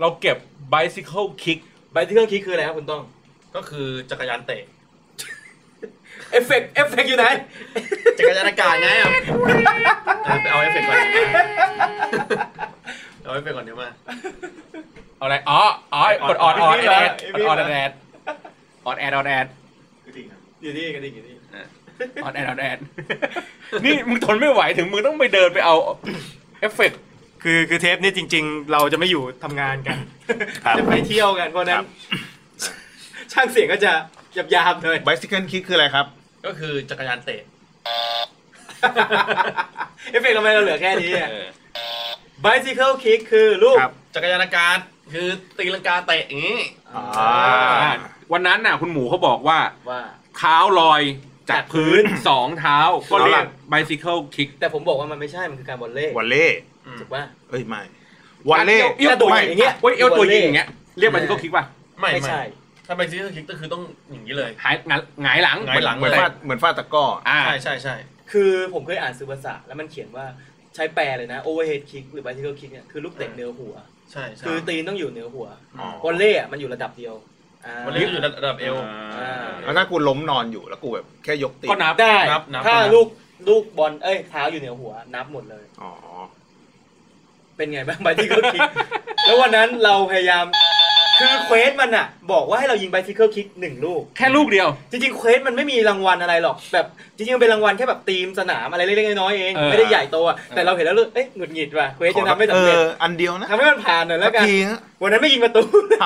S5: เราเก็บ bicycle kick
S3: ใบที่เครื่องคิดคืออะไรครับคุณต้อง
S4: ก็คือจักรยานเตะ
S3: เอฟเฟกเอฟเฟกอยู่ไหน
S4: จักรยานอากาศไงอ่ะอ่ะไปเอาเอฟเฟกต์ก่อนเอาเอฟเฟกต์ก่อนเดี๋ยวมา
S5: เอาอะไรอ๋ออ๋อกดออดออดแอดกดออดแอดออดแอดออดแอด
S3: อยู่นี่กันดิอยู่นี่
S5: ออนแอนออนแอน นี่มึงทนไม่ไหวถึงมึงต้องไปเดินไปเอาเอฟเฟกต์
S3: คือคือเทปนี้จริง ๆ เราจะไม่อยู่ทำงานกัน
S2: ครับ
S3: จะไปเที่ยวกันเพราะฉะนั้น ช่างเสียงก็จะหยาบยาบๆเลย
S2: ไบซิเคิลคิกคืออะไรครับ
S4: ก็คือจักรยานเตะ
S3: เอฟเฟกต์ทำไมเราเหลือแค่นี้
S5: เออ
S3: บ i ซิเคิลคิกคือลูก
S2: ครับ
S4: จักรยานอากาศคือตีลังกาเตะอย่างนี้
S2: อ่า
S5: วันนั้นน่ะคุณหมูเขาบอกว่า
S3: ว่า
S5: เท้าลอยจากพื้น สองเท้าก็เรียก bicycle kick
S3: แต่ผมบอกว่ามันไม่ใช่ มันคือการบอลเล่
S2: วอลเล่
S3: ถูกป่ะ
S2: เอ้ยไม่วอลเล่
S5: เอี้ยวตัวอย่างเงี้ยเว้ยเอี้ยวตัวยิงอย่างเงี้ยเรียก
S3: ไม่
S5: bicycle kick ป่ะ
S4: ไม่
S3: ไม่
S4: ไม่
S3: ใช่
S4: ถ้าไปซื้อคิกก็คือต้องอย่างนี้เลย
S5: หายหงายหงายหลัง
S4: หงายหลัง
S2: เหมือนฟาดเหมือนฟาดตะกร้ออ่ะ
S5: อ่า
S4: ใช่ใช่ใช่
S3: คือผมเคยอ่านซื้อภาษาแล้วมันเขียนว่าใช้แปลเลยนะ overhead kick หรือ bicycle kick เนี่ยคือลูกเตะเหนือหัว
S4: ใช่ใช่
S3: คือตีนต้องอยู่เหนือหัว
S2: อ๋อบ
S3: อลเล่อะมันอยู่ระดับเดียวา
S4: มันเล่นอยู่ระดับเอว
S5: อ่า
S2: แล้วถ้ากูล้มนอนอยู่แล้วกูแบบแค่ยกตีน
S5: ก็นับ
S3: ได้
S4: นับนับ
S3: ถ้า
S4: นับ
S3: ลูกลูกบอลเอ้ยเท้าอยู่เหนือหัว นับหมดเลย
S2: อ๋อ
S3: เป็นไงบ้างไบซิเคิลคิก แล้ววันนั้นเราพยายาม คือเควสมันอะบอกว่าให้เรายิงไบซิเคิลคิกหนึ่งลูก
S5: แค่ลูกเดียว
S3: จริงๆเควสมันไม่มีรางวัลอะไรหรอกแบบจริงๆมันเป็นรางวัลแค่แบบทีมสนามอะไรเล็กๆน้อยๆเอง
S5: เออ
S3: ไม่ได้ใหญ่โตอะแต่เราเห็นแล้วรู้เอ้ยหงุดหงิดว่ะเควสจะทำไม่สำเร็จ
S2: อออันเดียวนะ
S3: ทำให้มันผ่านหน่อยแล้วกัน
S2: ทีนะ
S3: วันนั้นไม่ยิงประตู
S2: ท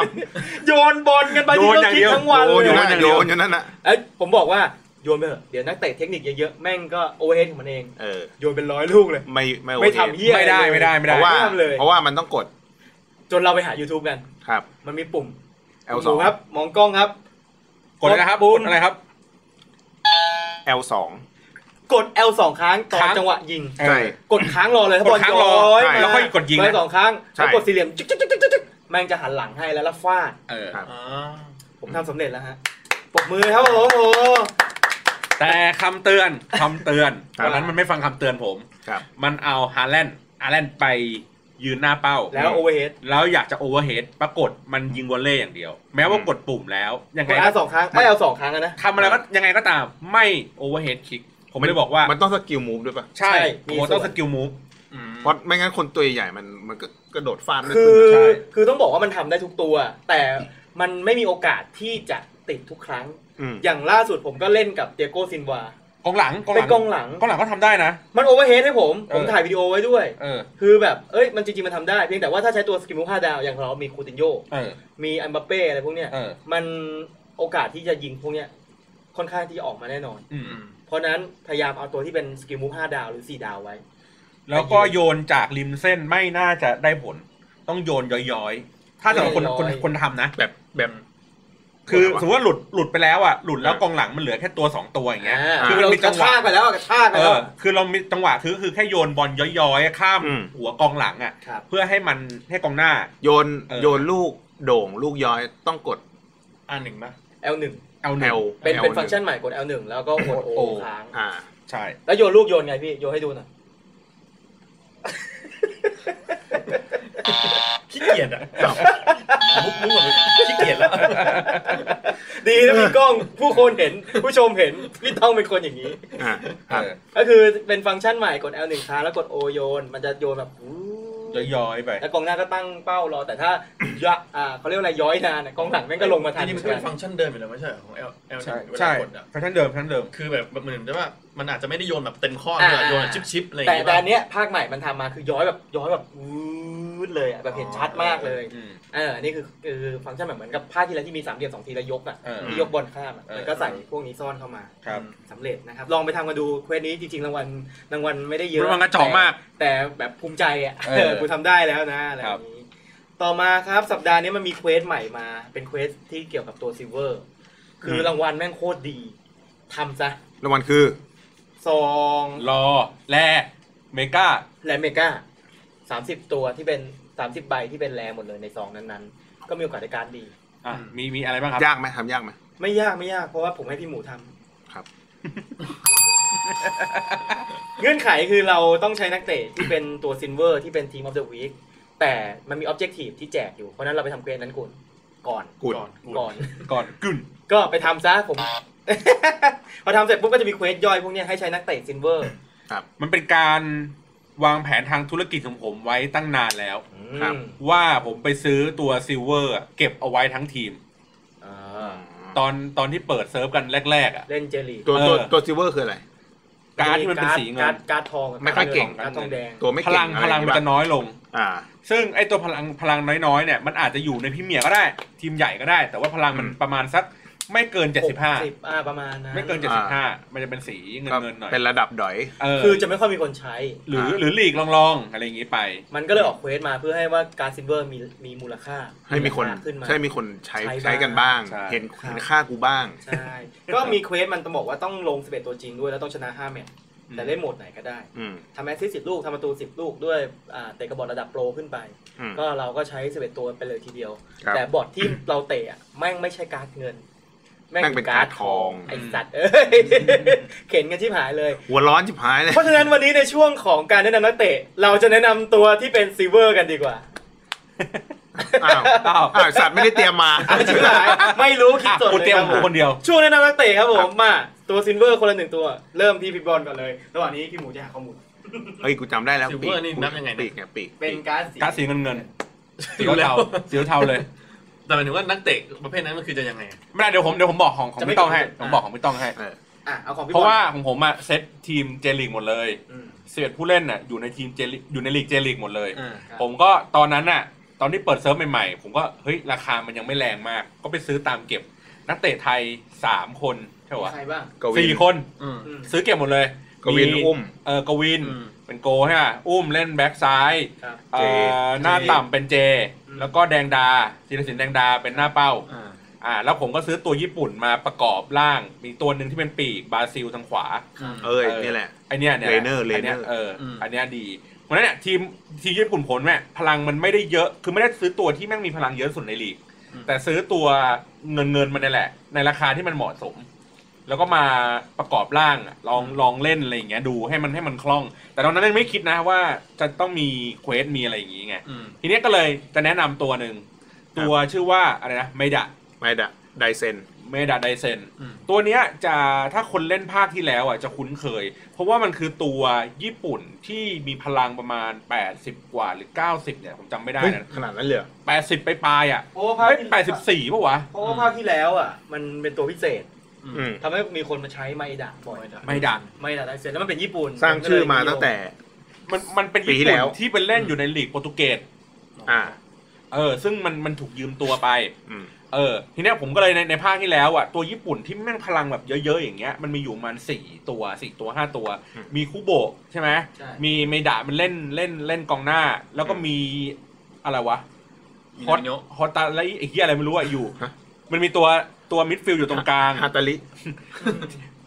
S3: โยนบอลกันไบซิเคิลคิกทั้งวัน
S2: โยน
S3: เล
S2: อยู่
S3: ย
S2: นั่นน่ะโยนอยู่นั่นน่ะ
S3: เอ้ยผมบอกว่าโยนไปเถอะเดี๋ยวนักเตะเทคนิคเยอะๆแม่งก็โอเวอร์เฮดของมันเอง
S2: เออ
S3: โยนเป็นร้อยลูกเลย
S2: ไม่ไม่โอเค
S3: ไม่ทำเฮีย
S5: ไม่ได้
S3: อะรเลย
S5: ไม่ได้ไม่
S2: เพ
S5: ได้
S2: ราะว่า
S3: ไม่ทำเลย
S2: เพราะว่ามันต้องกด
S3: จนเราไปหา YouTube กัน
S2: ครับ
S3: มันมีปุ่ม
S2: L2
S3: ดูครับ มองกล้องครับ
S5: กดเลยนะครับกดอะไรครับ
S2: L2
S3: กด L สองครั้งตอน
S5: ค้าง
S3: จังหวะยิง
S2: ใช่
S3: กดค้างรอเลยถ้าก บอ
S5: ด
S3: ล
S5: ค้างร
S3: ย้
S5: อ
S3: อย
S5: ใช่
S3: มา
S5: แล้วค่อยกดยิงนะ
S3: ไปสองครั้ง
S2: ใช่
S3: แล้วกดสี่เหลี่ยมจึ๊กจึ๊กจึ๊กจึ๊กแม่งจะหันหลังให้แล้วแล้วฟาด
S5: เออ
S2: ครับ
S4: อ่า
S3: ผมทำสำเร็จแล้วฮะปรบมือครับผมโอ้โห
S5: แต่คำเตือนคำเตือน
S2: ครับ
S5: วันนั้นมันไม่ฟังคำเตือนผม
S2: ครับ
S5: มันเอาฮาแลนด์ฮาแลนด์ไปยืนหน้าเป้า
S3: แล้วโอเวอร์เฮด
S5: แล้วอยากจะโอเวอร์เฮดปรากฏมันยิงวอลเลย์อย่างเดียว แม้ว่ากดปุ่มแล้วยัง
S3: ก
S5: ไง
S3: ด R สองครั้งไม่เอาสองครั้งอะนะ
S5: ทำอะไรก็ยังไงก็ตามไม่โอเวอร์เฮดคิก ผมไม่ได้บอกว่าม
S2: มันต้องสกิลมูฟด้วยป่ะ
S5: ใช่
S3: ใช่มี
S5: โมต้องส
S3: ส่วน
S5: กิลมูฟ
S2: เพราะไม่งั้นคนตัวใหญ่มันมันก็กระโดดฟาดไม่
S3: คื
S2: ขึ้น
S3: อ
S5: ใช่
S3: คือต้องบอกว่ามันทำได้ทุกตัว แต่มันไม่มีโอกาสที่จะ ติดทุกครั้ง
S2: อืม
S3: อย่างล่าสุดผมก็เล่นกับเตียโกซินวา
S5: กองหลังกองห
S3: เป็
S5: ลั
S3: น
S5: ง
S3: กองหลัง
S5: กองหลังก็ทำได้นะ
S3: มันโอเวอร์เฮดให้ผม
S5: เออ
S3: ผมถ่ายวิดีโอไว้ด้วย
S5: เออ
S3: คือแบบ เอ้ย มันจริงๆ มันทำได้ เพียงแต่ว่าถ้าใช้ตัวสกิมูห้าดาว อย่างเรามีคูตินโย
S5: เออ
S3: มีอัมบัปเป้อะไรพวกเนี้ย
S5: เออ
S3: มันโอกาสที่จะยิงพวกเนี้ย ค่อนข้างที่จะออกมาแน่นอน
S5: อืม
S3: เพราะนั้นพยายามเอาตัวที่เป็นสกิลมูฟห้าดาวหรือสี่ดาวไว้
S5: แล้วก็โยนจากริมเส้นไม่น่าจะได้ผล ต้องโยนย้อยๆ ถ้าสำหรับคน
S3: ย้อยๆ
S5: คนคนทำนะ
S2: แบบแบบ
S5: คือสมมติว่าหลุดหลุดไปแล้วอ่ะหลุดแล้ว
S2: เออ
S5: กองหลังมันเหลือแค่ตัวสองตัวอย่างเงี้ย
S3: อ่า
S5: คือมั
S3: เรา
S5: นมี
S3: ก
S5: จั
S3: ระ
S5: งหวะ
S3: ชากไปแล้วอะกระชากไป
S5: เอ
S3: แล้ว
S5: อ คือเรามีจังหวะคือคือแค่โยนบอลย้อยๆ ข้าม
S2: อืม
S5: หัวกองหลังอ่ะ
S3: ครับ
S5: เพื่อให้มันให้กองหน้า
S2: โยน
S5: เออ
S2: โยนลูกโด่งลูกย้อยต้องกด
S4: อ่านหนึ่งปะ
S3: L1
S5: เอาห
S2: L
S5: นึ่ง
S3: เป็นเป็น
S2: L1
S3: ฟังก์ชันใหม่กด L1 แล้วก็กด O
S5: โอ
S3: ค้าง
S2: อ่า
S5: ใช่
S3: แล้วโยนลูกโยนไงพี่ โยนให้ดูหน่อย
S4: ขี้เกียจอ่ะมุกมุกแบบขี้เกียจแล้ว
S3: ดีนะพี่กล้อง ผู้คนเห็น ผู้ชมเห็น พี่ต้องเป็นคนอย่างนี้
S2: อ่า
S5: เออ
S3: ก็คือเป็นฟังก์ชันใหม่กด L1 ค้างแล้วกด O โยน มันจะโยนแบบอู้
S5: ย้อยๆไป
S3: แล้วกองหน้าก็ตั้งเป้ารอ แต่ถ้ายะอ่าเขาเรียกว่าอะไรย้อยนานอะกองหลังแม่งก็ลงมาทัน
S4: จริงๆมันก็เป็นฟังก์ชันเดิมอยู่แล้วไม่ใช่เหรอของ L L
S5: ใช่
S4: เวลา
S5: ใช่
S4: กดอ่ะ
S5: แฟชั่นเดิมแฟชั่นเดิม
S4: คือแบบแบบเหมือนจะว่ามันอาจจะไม่ได้โยนแบบเต็มข้อนะโยนแบบชิปๆอะไรอย่าง
S3: แต่
S4: เงี้ย
S3: แต่อันเนี้ยภาคใหม่มันทำมาคือย้อยแบบย้อยแบบวืดเลยอะแบบเห็นชัดมากเลย
S5: อืม
S3: เออนี่คือคือฟังก์ชันแบบเหมือนกับภาคที่แล้วที่มีสามเหลี่ยมสองทีแล้วยกอ่ะ
S5: เออ
S3: ที่ยกบอลข้ามอะ
S5: เออ
S3: มันก็ใส่พวกนี้ซ่อนเข้ามา
S5: ครับ
S3: สำเร็จนะครับ ลองไปทำกันดูเควสนี้จริงๆรางวัลรางวัลไม่ได้เย
S5: รา
S3: อะ
S5: งวัลกระจอกมาก
S3: แต่แต่แบบภูมิใจอ่ะ
S5: เออ
S3: เออกูทำได้แล้วนะอะไรอ
S5: ครับ
S3: ย่างนี้ ต่อมาครับสัปดาห์นี้มันมีเควสใหม่มา เป็นเควสที่เกี่ยวกับตัวซิลเวอร์ คือรางวัลแม่งโคตรดีทำซะ
S2: รางวัลคือ
S3: ซอง
S5: รอแลเมกา
S3: แรมเมกาสามสิบตัวที่เป็นสามสิบใบที่เป็นแรมหมดเลยในซองนั้นๆ ก็มีโอกาสในการดี
S5: อ่ะมีมีอะไรบ้ างครับ
S2: ยากไหมทำยากไหม
S3: ไม่ยากไม่ยากเพราะว่าผมให้พี่หมูทำ
S2: ครับ
S3: เงื่อนไขคือเราต้องใช้นักเตะที่เป็นตัวซินเวอร์ที่เป็นทีมออฟเดอะวีคแต่มันมีออบเจกตีฟที่แจกอยู่ เพราะฉะนั้นเราไปทำเกรนนั้นก่อนก่อน
S2: กูด
S4: ก่อนกู
S3: ก่อน
S5: ก่อนกึ่น
S3: ก็ไปทำซะผม พอทำเสร็จปุ๊บก็จะมีเควสย่อยพวกเนี้ยให้ใช้นักเตะซินเวอร์
S5: มันเป็นการวางแผนทางธุรกิจของผมไว้ตั้งนานแล้ว
S2: ครับ
S3: อืม
S5: ว่าผมไปซื้อตัวซิลเวอร์อะเก็บเอาไว้ทั้งทีม
S3: อ่า
S5: ตอนตอนที่เปิดเซิร์ฟกันแรก ๆ อ่ะ
S3: เล่นเจลีก
S2: ตัวตัว
S5: เออ
S2: ตัวซิลเวอร์คืออะไร
S5: การ์ดที่มันเป็นสีเงิ
S3: กา
S5: น
S3: ร์ดการ์ดทองะ
S2: ไม่ค่อยเก่ง
S3: การ์ดทองแดง
S2: ตัวไม่
S5: พ
S2: เก่ง
S5: ลัง
S2: อะ
S5: พ
S2: ไรอ
S5: ลั
S2: ย่าง ง
S5: มัน
S2: งี้
S5: จะ
S2: ป่ะ
S5: น้อยลง
S2: อ่า
S5: ซึ่งไอตัวพลังพลังน้อยๆเนี่ยมันอาจจะอยู่ในพรี่เมียร์ก็ได้ ทีมใหญ่ก็ได้ แต่ว่าพลังมัน
S2: อืม
S5: ประมาณสักไม่เกิน 75
S3: 60อ่าประมาณนั้น
S5: ไม่เกิน 75 มันจะเป็นสีเงิน
S2: ก็
S5: เงินๆหน่อย
S2: เป็นระดับดอย
S5: เออ
S3: คือจะไม่ค่อยมีคนใช้
S5: หรือ
S2: อ่า
S5: หรือหลีกลองๆอะไรอย่างนี้ไป
S3: มันก็เลยออกเควสมาเพื่อให้ว่าการซิลเวอร์มีมีมูลค่า
S2: ให้มีคน
S3: ขึ้นมา
S2: ใช่มีคนใช้
S3: ใช้
S2: ใช้กันบ้าง
S5: ใช่
S2: เห็น
S3: ครับ
S2: เห็นค่ากูบ้าง
S3: ใช่ ก็มีเควสมันต้องบอกว่าต้องลง 11 ตัวจริงด้วยแล้วต้องชนะ 5 แมตช์แต่เล่นโหมดไหนก็ได้
S2: อืม
S3: ทำแอสซิสต์สิบลูกทำประตูสิบลูกด้วยอ่าเตะกระบอกระดับโปรขึ้นไป
S2: อืม
S3: ก็เราก็ใช้ 11 ตัวไปเลยทีเดียว
S2: ครับ
S3: แต่บอร์ดที่เราเตะอะแม่งไม่ใช่การ์ดเงิน แม่ง
S2: แม่งเป็นการ์ดทอง
S3: ไอสัตว์เอ้ย เข็นกันชิบหายเลย
S2: หัวร้อนชิบหายเลย
S3: เพราะฉะนั้นวันนี้ในช่วงของการแนะนำนักเตะ เราจะแนะนำตัวที่เป็นซิลเวอร์กันดีกว่า
S2: อ้าว
S5: อ้าว
S2: อ้าวสัตว์ไม่ได้เตรียมมา
S3: อ่ะชิบหายไม่รู้คิด
S5: อ่ะ
S3: สด
S5: กู
S3: เล
S5: เตรี
S3: ย
S5: ยม
S3: ครับ
S5: กูคนเดียว
S3: ช่วงแนะนำนักเตะครับผมมาตัวซินเวอร์คนละหนึ่งตัว เริ่มที่พี่บอลก่อนเลย ระหว่างนี้พี่หมูจะหาข้อมูล
S2: เฮ้ยกูจำได้แล้ว
S4: ซิลเว
S2: ปี
S4: อร์
S2: ก
S4: นี่นับยังไงนะ
S2: ปีกเนี่ยปีก
S3: เป็นการ์ดสี
S5: กาสีเงินเงิน
S4: ติวแล้ว
S5: สีเทาเลย
S4: แต่หมายถึงว่านักเตะประเภทนั้นมันคือจะยังไง
S5: ไม่ได้เดี๋ยวผมเดี๋ยวผมบอกของของพี่ต้องให้ผมบอกของพี่ต้องให้
S2: เออ
S3: อ่ะเอาของพี่บ
S5: เพ
S3: อล
S5: ราะว่าของผมอะเซตทีมเจลิกหมดเลย
S3: อืม
S5: สิบเอ็ดผู้เล่นน่ะอยู่ในทีมเจลิกอยู่ในลีกเจลิกหมดเลย
S3: ครับ
S5: ผมก็ตอนนั้นน่ะ ตอนที่เปิดเซิร์ฟใหม่ๆ ผมก็เฮ้ยราคามันยังไม่แรงมาก ก็ไปซื้อตามเก็บ นักเตะไทยสามคนใช่ปะ
S3: ใครบ้าง
S2: กวิน
S5: สี่คน
S4: อืม
S3: อืม
S5: ซื้อเก็บหมดเลย
S2: กวินอุ้ม
S5: เออกวิน
S4: อืม
S5: เป็นโกใช่ไหมอุ้มเล่นแบ็กซ้าย
S3: ครับ
S5: เอ่อ
S2: เจ
S5: หน้าต่ำเป็นเจ
S3: อืม
S5: แล้วก็แดงดาธีรศิลป์แดงดาเป็นหน้าเป้า
S4: อ่า
S5: อ่าแล้วผมก็ซื้อตัวญี่ปุ่นมาประกอบร่าง มีตัวหนึ่งที่เป็นปีกบราซิลทางขวา
S4: อืม
S2: เอ้ย
S5: เออ
S2: นี่แหละ
S5: ไอเนี้ยเนี่ย
S2: เลเนอร์
S5: ไเนี้ย
S2: เลเนอร์
S5: เอออ
S4: ม
S5: อันเนี้ยดีเพราะฉะนั้นเนี่ยทีมทีมญี่ปุ่นผลแม่ยพลังมันไม่ได้เยอะคือไม่ได้ซื้อตัวที่แม่งมีพลังเยอะสุดในลีก แต่ซื้อตัวเงินเงินมันนี่แหละ ในราคาที่มันเหมาะสม แล้วก็มาประกอบร่างอะลองลองเล่นอะไรอย่างเงี้ยดูให้มันให้มันคล่อง แต่ตอนนั้นยังไม่คิดนะว่าจะต้องมีเควสมีอะไรอย่างงี้ไง
S4: อืม
S5: ทีเนี้ยก็เลยจะแนะนำตัวหนึ่งตัวชื่อว่าอะไรนะไมดะ
S2: ไม่ดะไดเซน
S5: เมดาไดเซน
S4: อืม
S5: ตัวเนี้ยจะถ้าคนเล่นภาคที่แล้วอ่ะจะคุ้นเคย เพราะว่ามันคือตัวญี่ปุ่นที่มีพลังประมาณ 80 กว่าหรือ 90 เนี่ย ผมจำไม่ได้
S2: เฮ้ย
S5: นะ
S2: ขนาดนั้นเลยเหรอ
S5: 80 ไปปลายๆอ่ะ
S3: เพราะว่าภาค
S5: ไม่
S3: ที่
S5: แปดสิบสี่ป่ะวะ
S3: เพราะว่าภาคที่แล้วอ่ะ มันเป็นตัวพิเศษ
S2: อืม
S3: ทำให้มีคนมาใช้ไมดะบ่อย
S5: ไม่ดัง
S3: ไมดะได้เสร็จแล้วมันเป็นญี่ปุ่น
S2: สร้างชื่อมาตั้งแต่
S5: มันมันเป็น
S2: ปีที่
S5: ญี่
S2: แล้
S5: ปุ่น
S2: ว
S5: ที่เป็นเล่นอยู่ในลีกโปรตุเกส
S2: อ่า
S5: เออซึ่งมันมันถูกยืมตัวไป
S2: อืม
S5: เออทีเนี้ยผมก็เลยในในภาคที่แล้วอ่ะตัวญี่ปุ่นที่แม่งพลังแบบเยอะๆอย่างเงี้ยมันมีอยู่ประมันสี่ตัวสี่ตัวห้าตัว
S2: อืม
S5: มีคุโบะใช่ไหม
S3: ใช่
S5: มีเมดะมันเล่นเล่นเล่นกองหน้า แล้วก็
S2: อืม
S5: มีอะไรวะ
S4: มี
S5: ฮอต
S4: นาโนะ
S5: ฮอตตาไรไอ้เหี้ยอะไรไม่รู้อ่ะอยู่
S2: ฮะ
S5: มันมีตัวตัวมิดฟิลด์อยู่ตรงกลาง
S2: ฮาตาลิ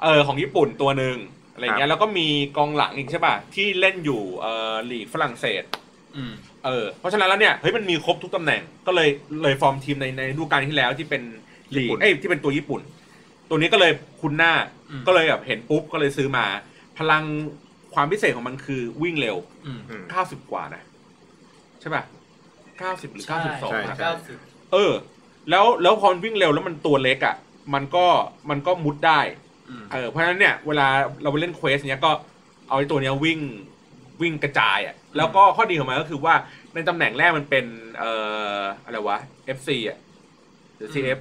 S5: เออของญี่ปุ่นตัวหนึ่งอะไรเงี้ยแล้วก็มีกองหลังอีกใช่ป่ะที่เล่นอยู่เอ่อลีกฝรั่งเศส
S4: อืม
S5: เออเพราะฉะนั้นแล้วเนี่ยเฮ้ยมันมีครบทุกตำแหน่งก็เลยเลยฟอร์มทีมในในฤดูกาลที่แล้วที่เป็นลี
S2: ญี่
S5: ก
S2: ปุ่น
S5: เอ้ยที่เป็นตัวญี่ปุ่น ตัวนี้ก็เลยคุ้นหน้า
S4: อืม
S5: ก็เลยแบบเห็นปุ๊บก็เลยซื้อมา พลังความพิเศษของมันคือวิ่งเร็ว
S4: อืม
S2: อืม
S5: 90 กว่านะ ใช่ป่ะ 90 หรือ
S2: ใช่
S5: 92นะ
S3: เก้าสิบ
S5: เออ แล้วแล้วพอวิ่งเร็วแล้วมันตัวเล็กอ่ะ มันก็มันก็มุดได้
S4: อืม
S5: เออเพราะฉะนั้นเนี่ยเวลาเราไปเล่นเควสเนี้ยก็เอาไอ้ตัวเนี้ยวิ่งวิ่งกระจายอ่ะแล้วก็ข้อดีของมันก็คือว่าในตำแหน่งแรกมันเป็นเอ่ออะไรวะ FC อ่ะหรือ CF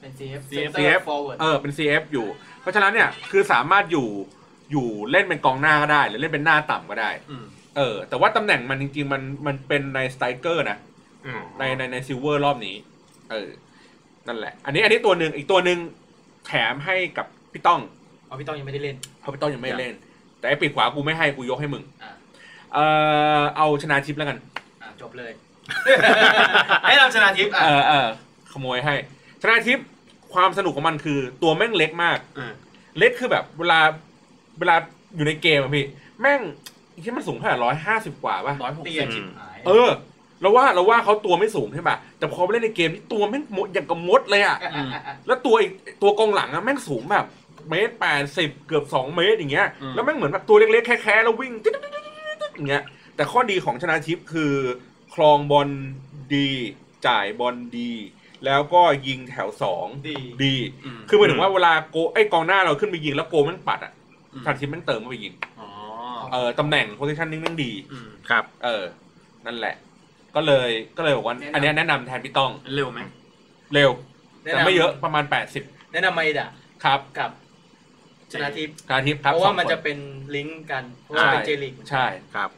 S3: เป็น CF
S5: CF
S3: Center forward
S5: เออเป็น CF อยู่ เพราะฉะนั้นเนี่ยคือสามารถอยู่อยู่เล่นเป็นกองหน้าก็ได้ หรือเล่นเป็นหน้าต่ำก็ได้
S4: อืม
S5: เออแต่ว่าตำแหน่งมันจริงๆมันมันเป็นในสไตรเกอร์นะ
S2: อืม
S5: ในในในซิลเวอร์รอบนี้ เออนั่นแหละ อันนี้อันนี้ตัวหนึ่งอีกตัวหนึ่งแถมให้กับพี่ต้อง
S3: เอาพี่ต้องยังไม่ได้เล่น
S5: เพราะพี่ต้องยังไม่เล่น แต่ไอ้ปีกขวากูไม่ให้กูยกให้มึง
S3: อ่ะ
S5: เออเอาชนะทิพย์แล้วกัน
S3: อ่ะจบเลย ให้เราชนะทิพย์อ่ะ
S5: เออเออขโมยให้ ชนะทิพย์ความสนุกของมันคือตัวแม่งเล็กมาก
S4: อืม
S5: เล็กคือแบบเวลาเวลาอยู่ในเกมอะพี่ แม่งที่มันสูงเท่าไหร่ร้อยห้าสิบกว่าป่ะ
S4: ร้อยหก
S3: เตี
S4: สิ
S3: ย
S4: บ
S3: ชิบหาย
S5: เออ เราว่าเราว่าเขาตัวไม่สูงใช่ป่ะ แต่พอไปเล่นในเกมนี่ตัวแม่งมดอย่างกับมดเลยอะ
S3: ะะะะ
S5: แล้วตัวอีกตัวกองหลังอะแม่งสูงแบบเมตรแปดสิบเกือบสองเมตรอย่างเงี้ย
S4: อืม
S5: แล้วแม่งเหมือนแบบตัวเล็กๆแค่ๆแล้ววิ่งตึ๊ดๆๆๆๆอย่างเงี้ยแต่ข้อดีของชนะทิพย์คือคลองบอลดี จ่ายบอลดี แล้วก็ยิงแถวสอง
S3: ดี
S5: ดี
S4: อืม
S5: คือหมายถึงว่าเวลาโกไอ้กองหน้าเราขึ้นไปยิงแล้วโกแม่งปัดอะ
S4: อืม
S5: ชนะทิพย์แม่งเติมเข้าไปยิง
S4: อ๋อ
S5: เออตำแหน่งโพซิชันนิ่งแม่งดี
S4: อืม
S2: ครับ
S5: เออ นั่นแหละ ก็เลยก็เลยบอกว่า
S3: แนะนำ
S5: อันเนี้ยแนะนำแทนพี่ต้อง
S4: เร็วไหม
S5: เร็ว
S3: แนะ
S5: แต่
S3: นำ
S5: ไม่เยอะประมาณ 80
S3: แนะนำไมดะ
S5: ครับ
S3: กับชนะทิพย์
S5: ชนะทิพย์ครับ
S3: เพราะว่ามัน
S5: สองค
S3: จะเป็นลิงก์กัน เพราะว่าเป็นเจลิก
S5: ใช่
S2: ครับ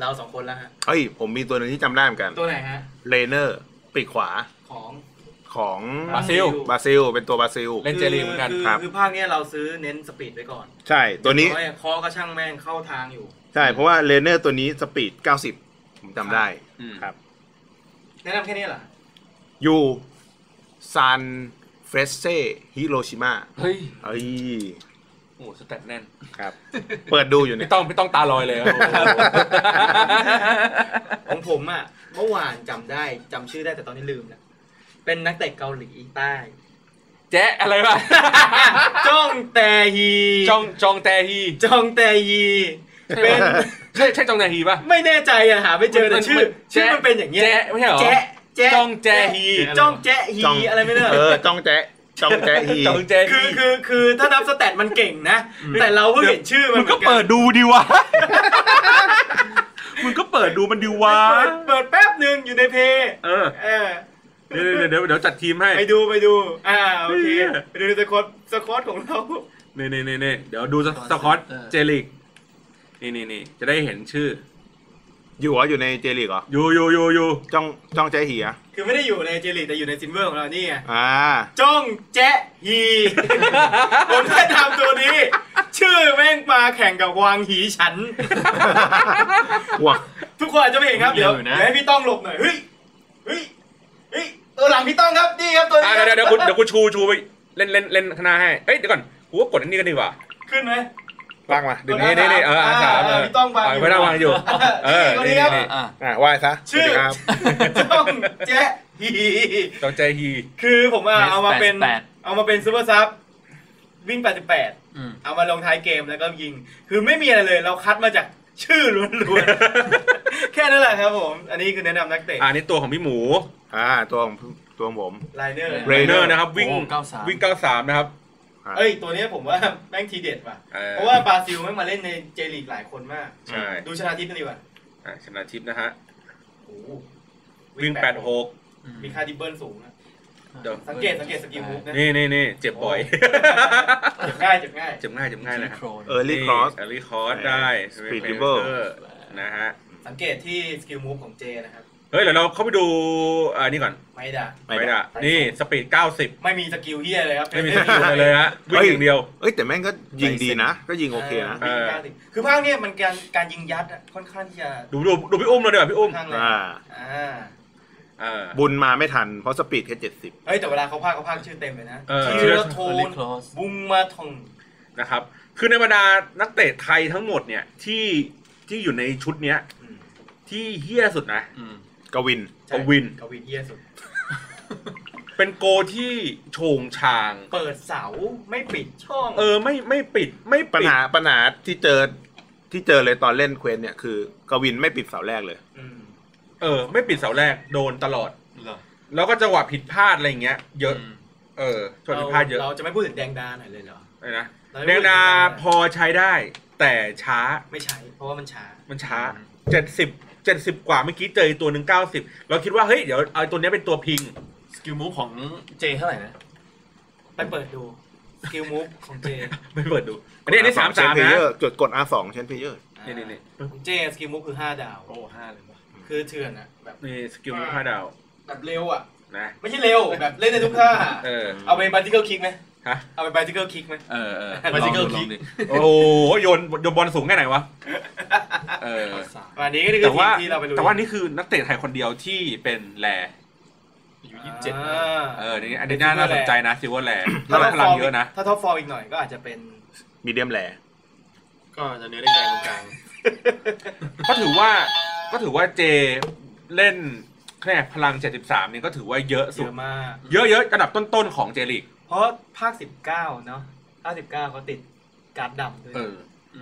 S3: เราสองคนแล้วฮะ
S2: เฮ้ย ผมมีตัวหนึงที่จำได้เหมือนกัน
S3: ตัวไหนฮะ
S2: เลเนอร์ปีกขวา
S3: ของ
S2: ของ
S5: บราซิล
S2: บราซิล เป็นตัวบราซิล
S5: เล่นเจลีเหมือนกัน
S3: คื
S2: ครับ
S3: คือภาคเนี้ยเราซื้อเน้นสปีดไว้ก่อน
S2: ใช่ ตัวนี้
S3: เพราะว่าคอก็ช่างแม่งเข้าทางอยู่
S2: ใช่ เพราะว่าเลเนอร์ตัวนี้สปีด 90 ผมจำได้
S5: อืม
S2: ครับ
S3: แนะนำแค่นี้เหรอ
S2: อยู่ซานเฟรเซฮิโรชิมา
S5: เฮ้ย
S2: เอ้ย
S5: โอ้โหสแตทแน่น
S2: ครับ เปิดดูอยู่เนี่
S5: พี่
S2: ย
S5: ต้องพี่ต้องตาลอย เลยครับโอ้โห
S3: ของผมอ่ะเมื่อวานจำได้จำชื่อได้แต่ตอนนี้ลืมนะเป็นนักเตะเกาหลีใต้
S5: แจ๊ะอะไร วะ
S3: จ้องแต่ฮี
S5: จองจองแตฮี
S3: จ้องแต่ฮี
S5: เป็
S3: เป็น น
S5: ใช่ใช่จองแตฮีป่ะ
S3: ไม่แน่ใจอะหาไม่เจอแต่ชื่อชื่อมันเป็นอย่างเงี้ย
S5: แจ๊ะไม่ใช่เหรอ
S3: แจ๊ะแจ๊ะ
S5: จ้องแจ๊ะฮี
S3: จ้องแจ๊ะฮี
S2: จ้อง
S3: อะไรไม่รู้
S2: เออ จ้องแจ๊ะจ้องแจ๊ะฮี
S5: จองแต
S3: คื
S5: ฮี
S3: อคือคือถ้านับสแตทมันเก่งนะ แต่เราเพิ่งเห็นชื่อมัน
S5: มึงก็
S3: หมือนน
S5: เปิดดูดิ วะมึงก็เปิดดูมันดิวะ
S3: เปิดเปิดแป๊บหนึ่งอยู่ในเพย์
S5: เออ
S3: เออ
S5: เดี๋ยวเดี๋ยวเดี๋ยวเดี๋ยวจัดทีมให้
S3: ไปดูไปดู อ่าโอเค
S5: เหี้ย
S3: ไปดูสกอตสกอตของเรา
S5: นี่นี่นี่นี่เดี๋ยวดูสสคอตเจลิกนี่นี่นี่จะได้เห็นชื่อ
S2: อยู่เหรออยู่ในเจลีกเหรอ
S5: อยู่อยู่อยู่อยู่
S2: จ้องจ้องแจ๊ะฮีอ่ะ
S3: คือไม่ได้อยู่ในเจลีแต่อยู่ในซินเวอร์ของเรานี่ไง
S2: อ่า
S3: จ้องแจ๊ะ ฮีผมได้ทำตัวนี้ ชื่อแม่งมาแข่งกับวางหีฉัน
S2: ว้า
S3: ทุกคนอาจจะไม่เห็นครับ
S4: เดี๋
S3: เดี๋ย
S4: ยว วอยู่นะ
S3: เดี๋ยวให้พี่ต้องหลบหน่อย เฮ้ย เฮ้ย เฮ้ย ตัวหลังพี่ต้องครับ นี่ครับตัวนี้
S5: อ่ะ
S3: ค
S5: เดี๋
S3: รั
S5: ย
S3: บ
S5: วเดี๋ยวเดี๋ยวกูเดี๋ยวกูชูชูไปเล่นเล่นเล่นคณะให้เอ้ยเดี๋ยวก่อนกูก็กดอันนี้กันดีกว่า
S3: ขึ้นไหม
S2: ลากมา เดี๋ยว
S5: นี่นี่นี่เอออาสามเออ
S3: พี่ต้องวางอยู่
S5: ไม่ได้วางอยู่เออ
S3: คนนี้
S5: นี่
S3: ครับ
S5: นี่
S4: อ่า
S2: อ่ะไหว้ซะ
S3: ชื่
S2: สวัส
S3: อ
S2: ดีครับ
S3: จ้องแจ๊ะฮี
S5: ต้องใจฮี
S3: คือผมอะเอามาเป็น
S4: 88
S3: เอามาเป็นซูเปอร์ซับวิ่ง 88
S4: อืม
S3: เอามาลงท้ายเกมแล้วก็ยิง คือไม่มีอะไรเลย เราคัดมาจาก ชื่อล้วนๆ แค่นั้นแหละครับผม อันนี้คือแนะนำนักเตะ
S5: อ่านี่ตัวของพี่หมู
S2: อ่าตัวของตัวของผม
S3: ไลเนอร์
S2: Ray
S5: เนอร์นะครับ วิ่ง
S4: โอ้93
S5: วิ่งเก้าสามนะครับ
S2: อ่า
S3: เอ้ย ตัวเนี้ยผมว่าแม่งทีเด็ดว่ะ
S5: อ่
S3: เพราะว่าบราซิลแม่งมาเล่นในเจลีกหลายคนมาก
S5: ใช่
S3: ดูชนะทิพย์กันดีกว่า
S5: อ่าชนะทิพย์นะฮะ
S3: โอ้โห
S5: วิ่งแปดหก
S3: มีค่าดิบเบิลสูงนะ
S5: เดี๋ยว
S3: สังเกตสังเกตสกิลมูฟนะ
S5: นี่นี่นี่เจ็บบ่อย
S3: เจ็บง่ายเจ็บง่าย
S5: เจ็บง่ายเจ็บง่ายเลยครับ
S2: เออร์ลี่ครอส
S5: เอลี่คอร์สได้
S2: Speed
S5: Space
S2: Dribble
S5: Racer นะฮะ
S3: สังเกตที่สกิลมูฟของเจนะครับ
S5: เฮ้ยเดี๋ยวเราเข้าไปดูอันนี้ก่อน
S3: ไม่ได้
S5: ไปด่ะนี่สปีด90
S3: ไม่มีสกิลเฮียเลยครับ
S5: ไม่มีสกิลอะไรเลยฮะ วิ่งอย่างเดียว
S2: เอ้ยแต่แม่งก็ยิงดีนะ ก็ยิงโอเคนะ
S5: เออ
S3: 90คือภาคเนี้ยมันการการยิงยัดอะค่อนข้างที่จะ
S5: ดูดูดูพี่อุ้มเราเดี๋ยวาพี่อุ้ม
S3: ข้างเลย
S2: อ่า
S3: อ่า
S5: เออ
S2: บุญมาไม่ทัน เพราะสปีดแค่เจ็ดสิบ
S3: เฮ้ยแต่เวลาเขาพากย์เขาพากย์ชื่อเต็มเลยนะ
S5: เออ
S3: ทีระโทน
S4: Early Cross
S3: บุงมาทง
S5: นะครับ คือในบรรดานักเตะไทยทั้งหมดเนี่ยที่ที่อยู่ในชุดเนี้ยที่เฮี้ยสุดนะ
S2: กวิน
S3: ใช่
S5: กวิน
S3: กวินเยี่ยสุด
S5: เป็นโกที่โฉงชาง
S3: เปิดเสาไม่ปิดช่อง
S5: เออไม่ไม่ปิดไม่
S2: ปัญ
S5: ปิด
S2: หาปัญหาที่เจอที่เจอเลยตอนเล่นเควสเนี่ยคือกวินไม่ปิดเสาแรกเลย
S3: ม
S5: เออไม่ปิดเสาแรกโดนตลอด
S4: เหรอ
S5: แล้วก็จังหวะผิดพลาดอะไรอย่างเงี้ยเยอะ เออจังหวะผิดพลาดเยอะ
S3: เราจะไม่พูดถึงแดงดาหน่อยเลยเหรอ
S5: อะไรนะ
S3: รไม่
S5: แนว
S3: พูถึง
S5: นาพอใช้ได้ แต่ช้า
S3: ไม่ใช่เพราะว่ามันช้า
S5: มันช้าเจ็ดสิบเจ็ดสิบกว่าเมื่อกี้เจออีกตัวหนึ่งเก้าสิบเราคิดว่าเฮ้ยเดี๋ยวเอาตัวเนี้ยเป็นตัวพิง
S4: สกิลมูฟของเจเท่าไหร่นะ
S3: ไปเปิดดูสกิลมูฟของเจ
S5: ไม่เปิดดู อันนี้อันนี้สามสามนะ
S2: กดกด R สองเชนเพเยอร์
S5: นี่นี่นี่
S3: ของเจสกิลมูฟคือห้าดาว
S4: โอ้ห้าเลยวะ
S3: คือเถื่อนอะแบบ
S5: นี่สกิลมูฟห้าดาว
S3: แบบเร็วอะ
S5: นะ
S3: ไม่ใช่เร็วแบบเล่นได้ทุกท่า
S5: เออ
S3: เอาไปบัติเกิลคิกไหม
S5: ฮะ
S3: เอาไปบัติเกิลคิกไหม
S5: เออเออ
S4: มาจิเกิล
S3: ลองดู
S4: คิก
S5: โอ้โหโยนโยนบอลสูงแค่ไหนวะเออ
S4: สาม
S3: วันนี้ก็คือ
S5: แต่ว่า
S3: ทีมที่เราไปลุย
S5: แต่ว่านี่คือนักเตะไทยคนเดียวที่เป็นแล
S4: อายุยี่สิบเจ็ด
S3: อ่
S4: นะ
S3: า
S5: เออนี่อันนี้น่าน่าสนใจนะซิลเวอร์แล
S3: ถ้า
S5: พลังเยอะนะ
S3: ถ้าท็อปฟอร์มอีกหน่อยก็อาจจะเป็น
S2: มีเดียมแล
S4: ก็จะเนื้อแดงๆตรงกลาง
S5: ก็ถือว่าก็ถือว่าเจเล่นแค่พลัง 73นี่ก็ถือว่าเยอะ
S3: เย
S5: สุด
S3: อะมาก
S5: เยอะเยอะอันดับต้นๆของเจลีก
S3: เพราะภาค 19 เนาะภาค 19เขาติดการ์ดดำด้วย
S5: เออ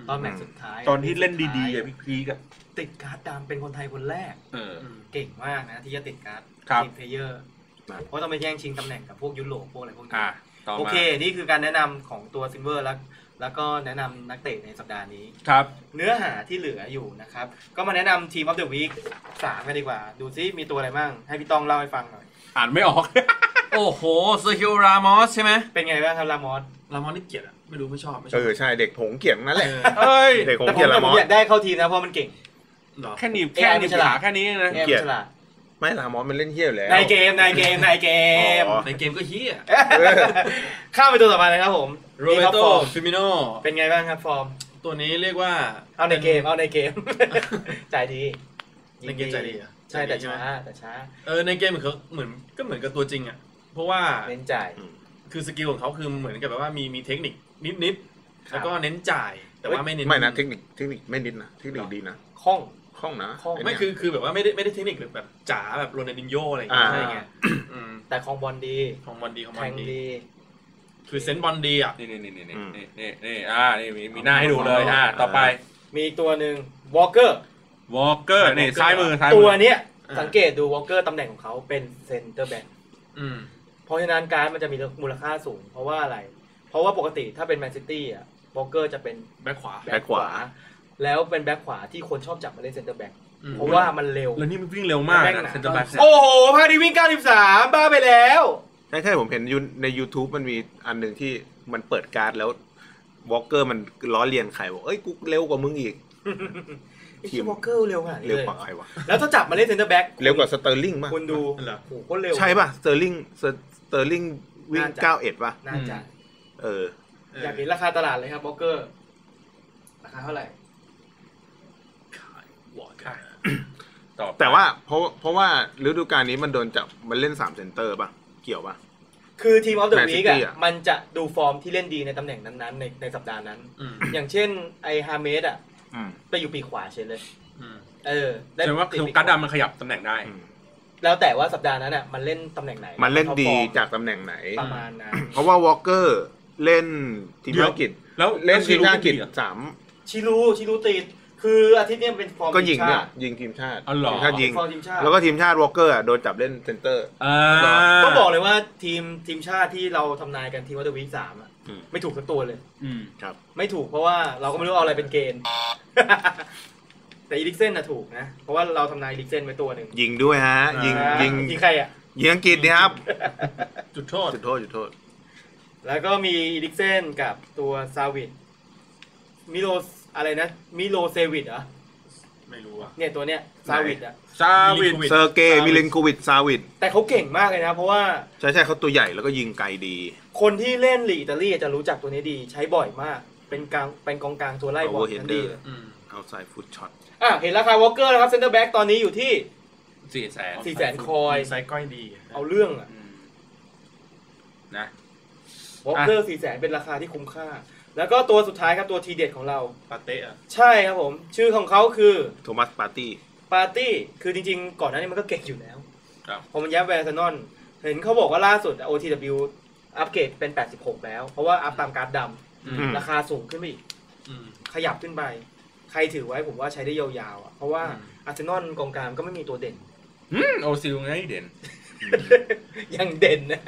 S3: ตอนแมตช์สุดท้าย
S5: ตอนที่เล่นดีๆอะพี่พีกอะ
S3: ติดการ์ดดำเป็นคนไทยคนแรก
S5: เออ
S3: เก่งมากนะ ที่จะติดการ์ด
S5: ครับ
S3: ทีมเพลเยอร์ เพราะต้องไปแย่งชิงตำแหน่งกับพวกยุโรปพวกอะไรพวกนี้
S5: อ่ะต่อ
S3: โอ
S5: มา
S3: เค นี่คือการแนะนำของตัวซินเวอร์แล้วแล้วก็แนะนำนักเตะในสัปดาห์นี้
S5: ครับ
S3: เนื้อหาที่เหลืออยู่นะครับ ก็มาแนะนำทีมออฟเดอะวีคสามกันดีกว่า ดูซิมีตัวอะไรบ้างให้พี่ต้องเล่าให้ฟังหน่อย
S5: อ่านไม่ออก
S4: โอ้โหเซอร์คิวรามอสใช่ไหม
S3: เป็นไงบ้างครับลามอส
S4: รามอสนี่เกลียดอะไม่รู้ไม่ชอบไม่ชอบ
S2: เออใช่เด็กผงเกี่ยงนั่นแหละ
S4: เออ
S5: เอ้ย
S2: เด็กผง
S3: แต่ผม
S2: เกี่ยง
S3: แต่
S2: ละ
S3: ผม ม
S2: อ
S3: อ
S2: ส
S3: ยากได้เข้าทีมนะเพราะมันเก่ง
S4: เหรอ
S5: แค่หนีบ
S3: AI
S5: แค่หนีบ
S3: มันฉลา
S5: ขา
S3: ด
S5: แค่นี้นะ
S3: แง่
S2: เกลียด
S3: ฉลาด
S2: ไม่ละมอสมันเล่นเที่ยวแล้ว
S3: ในเกมในเกมในเกม
S2: อ๋อ
S4: ในเกมก็เฮีย
S3: ข้ามไปตัวต่อมาเลยครับผม
S4: โรเบ
S3: นี่ครับ
S4: โต
S3: ฟอร์ม
S4: ฟิมิโน
S3: เป็นไงบ้างครับฟอร์ม
S4: ตัวนี้เรียกว่า
S3: เอาในเกมเอาใน เกม ใจดี
S4: ในเกมใจดีเหรอ
S3: ใช่แต่
S4: ใจดีใช่ไหม
S3: ช้าแต่ช้า
S4: เออในเกมเหมือนเขาเหมือนก็เหมือนกับตัวจริงอะเพราะว่า
S3: เน้นจ่าย
S4: คือสกิลของเขาคือเหมือนกับแบบว่ามีมีเทคนิคนิด
S3: ครับ
S4: ๆแล้วก็เน้นจ่ายแต่ว่าไม่เน้น
S2: ไม่นะเทคนิคเทคนิคไม่นิดนะเทคนิคดีนะ
S3: คล่อง
S2: คล่องนะ
S3: คล่อง
S2: อ้เนี่ย
S4: ไม่คือคือแบบว่าไม่ได้ไม่ได้เทคนิคแบบจ๋าแบบโรนัลดินโญอะไรอย่างเงี้ย
S2: อ่า
S4: ใช่ไงอืม
S3: แต่คลองบอลดี
S4: ของบอลดีของบ
S3: แท
S4: อล
S3: ง
S4: ดี
S3: ดี
S4: คือเซนส์บอลดีอ่ะ
S5: นี่นี่นี่นี่
S2: อืม
S5: นี่นี่นี่อ่านี่มีมีหน้าให้ดูเลยอ่า
S4: อ่า
S5: ต่อไป
S3: มีอีกตัวหนึ่งวอลเกอร์
S5: วอลเกอร์นี่
S4: Walker
S5: ซ้ายมือซ้ายมื
S3: ตัว
S5: อ
S3: เนี้ย
S4: อ่า
S3: สังเกตดูวอลเกอร์ตำแหน่งของเขาเป็นเซนเตอร์แบ็ค
S4: อืม
S3: เพราะฉะนั้นการดมันจะมีมูลค่าสูง เพราะว่าอะไร เพราะว่าปกติถ้าเป็นแมนซิตี้อ่ะโบล็อกเกอร์จะเป็น
S4: แบ็คขวา
S2: แบ็คขวา
S3: แล้วเป็นแบ็คขวาที่คนชอบจับมาเล่นเซนเตอร์แบ็ค
S4: อืม
S3: เพราะว่ามันเร็ว
S5: แล้วนี่มันวิ่งเร็วมาก
S3: แม่งห
S5: นะ
S3: นา
S5: เซนเตอร์แบ็ก
S3: โอ้โหพาดีวิ่ง 93 บ้าไปแล้ว
S2: ใช่ใช่ผมเห็นยูใน YouTube มันมีอันหนึ่งที่มันเปิดการ์ดแล้ววอลเกอร์มันล้อเลียนใครบอกเอ้ยกูเร็วกว่ามึงอีก
S3: ไอ้
S2: ทีม
S3: โบล็อกเกอร์เร็วขนาดนี้
S2: เร็ว
S3: เล
S2: กว่าย ใครวะ
S3: แล้วถ้าจับมาเล่นเซนเตอร์แบ็ค
S2: เร็วกว่าสเตอร์ลิงมาก
S3: คุณดู
S4: เหรอ
S3: โอ้โหโคตรเร็ว
S2: ใช่ป่ะสเตอร์ลิงสเตอร์ลิงวิ่ง
S3: น่าจะ
S2: เก้าเอ็ดป่ะ
S3: น่าจะ
S2: เออ
S4: เออ
S3: อยากเห็นราคาตลาดเลยครับโบล็อกเกอร์ ราคาเท่าไหร่
S4: ขายวอลค่ะ
S5: ต่อไป
S2: แต่ว่าเพราะเพราะว่าฤดูกาลนี้มันโดนจับมันเล่นสามเซนเตอร์ป่ะ เกี่ยวป่ะ
S3: คือทีมออฟเดอะ
S2: แมนซิ
S3: วีก
S2: ตี้
S3: อ่ะ
S2: อะ
S3: มันจะดูฟอร์มที่เล่นดีในตำแหน่งนั้นๆในในสัปดาห์ นั้น
S4: อืม
S3: อย่างเช่นไอฮาเมสอ่ะ
S2: อืม
S3: ไปอยู่ปีกขวาเฉยเลย
S4: อืม
S3: เออ
S5: แสดงว่าคือ
S3: ติปี
S5: การ์ดดำมันขยับตำแหน่งได้
S2: อืม
S3: แล้วแต่ว่าสัปดาห์นั้นอ่ะมันเล่นตำแหน่งไหน
S2: มันเล่นดี
S3: ท็อปฟอร์ม
S2: จากตำแหน่งไหน
S3: ประมาณนั้น
S2: เพราะว่าวอลเกอร์เล่นทีม
S5: เดี๋ยว
S2: อังกฤษ
S5: แล้ว
S2: เล่นทีม
S5: แว
S2: อังกฤษ
S5: เหรอ
S2: สาม
S3: ชิลูชิลูติดค คืออาทิตย์เนี้เป็นฟอร์ม
S2: ก็ยิง
S3: ทีม
S2: เนี่ย
S3: ชาติ
S2: ยิงทีมชาติ
S5: อ๋อเหรอ
S2: ทีมชาติยิง
S3: ฟอร์มทีมชาติ
S2: แล้วก็ทีมชาติวอลเกอร์อะโดนจับเล่นเซนเตอร์
S5: อ่า
S3: ต้องบอกเลยว่าทีมทีมชาติที่เราทำนายกันทีมวัตวีสามอะ
S2: อืม
S3: ไม่ถูกสักตัวเลย
S5: อืม
S3: ไม่ถูกเพราะว่าเราก็ไม่รู้เอาอะไรเป็นเกณฑ์ แต่อีลิกเซนน่ะถูกนะ เพราะว่าเราทำนายอีลิกเซนไว้ตัวหนึ่ง
S2: ยิงด้วยฮะ ยิง
S3: อ่า
S2: ยิง
S3: ยิงใครอ่ะ
S2: ยิงอังกฤษเนี่ยครับ
S4: จุดโทษ
S2: จุดโทษจุดโทษ
S3: แล้วก็มีอีลิกเซนกับตัวซาวิดมิโลอะไรนะ มิโลเซวิดเหรอ
S4: ไม่รู้อ่ะ
S3: เนี่ยตัวเนี้ยซาวิดอ่ะ
S5: ซาวิด
S4: Milinkovic
S2: เซอร์เกย์มิลินโควิดซาวิด
S3: แต่เขาเก่งมากเลยนะ เพราะว่า
S2: ใช่ใช่เขาตัวใหญ่แล้วก็ยิงไกลดี
S3: คนที่เล่นลีกอิตาลีจะรู้จักตัวนี้ดี ใช้บ่อยมาก เป็นกลางเป็นกองกลางตัวไล่บอล
S2: Overheader
S3: นั่นดีเลย
S4: อืม
S2: เอาไซด์ฟุตช็อต
S3: อ่ะเห็นราคาวอลเกอร์แล้วครับเซนเตอร์แบ็กตอนนี้อยู่ที่
S5: สี่แสน
S3: สี่แสนคอย
S4: ไซส์ก้อยดี
S3: เอาเรื่องอ่ะ
S5: นะ
S3: วอลเกอร์สี่แสนเป็นราคาที่คุ้มค่า แล้วก็ตัวสุดท้ายครับตัวทีเด็ดของเรา
S4: ปาเต้อะ
S3: ใช่ครับผม ชื่อของเขาคือ
S2: โทมัสปาร์ตี้
S3: ปาร์ตี้ คือจริงๆ ก่อนหน้านี้มันก็เก่งอยู่แล้ว
S5: ครับ
S3: พอมันย้ายไปอาร์เซนอลเห็นเขาบอกว่าล่าสุด OTW อัปเกรดเป็น 86 แล้ว เพราะว่าอัพตามการดดำราคาสูงขึ้นไปอีก
S4: อืม
S3: ขยับขึ้นไป ใครถือไว้ผมว่าใช้ได้ยาวๆอ่ะเพราะว่า
S4: อืม
S3: อาร์เซนอลกองกลางก็ไม่มีตัวเด่น
S5: โอซิลไงเด่น
S3: ยังเด่นนะ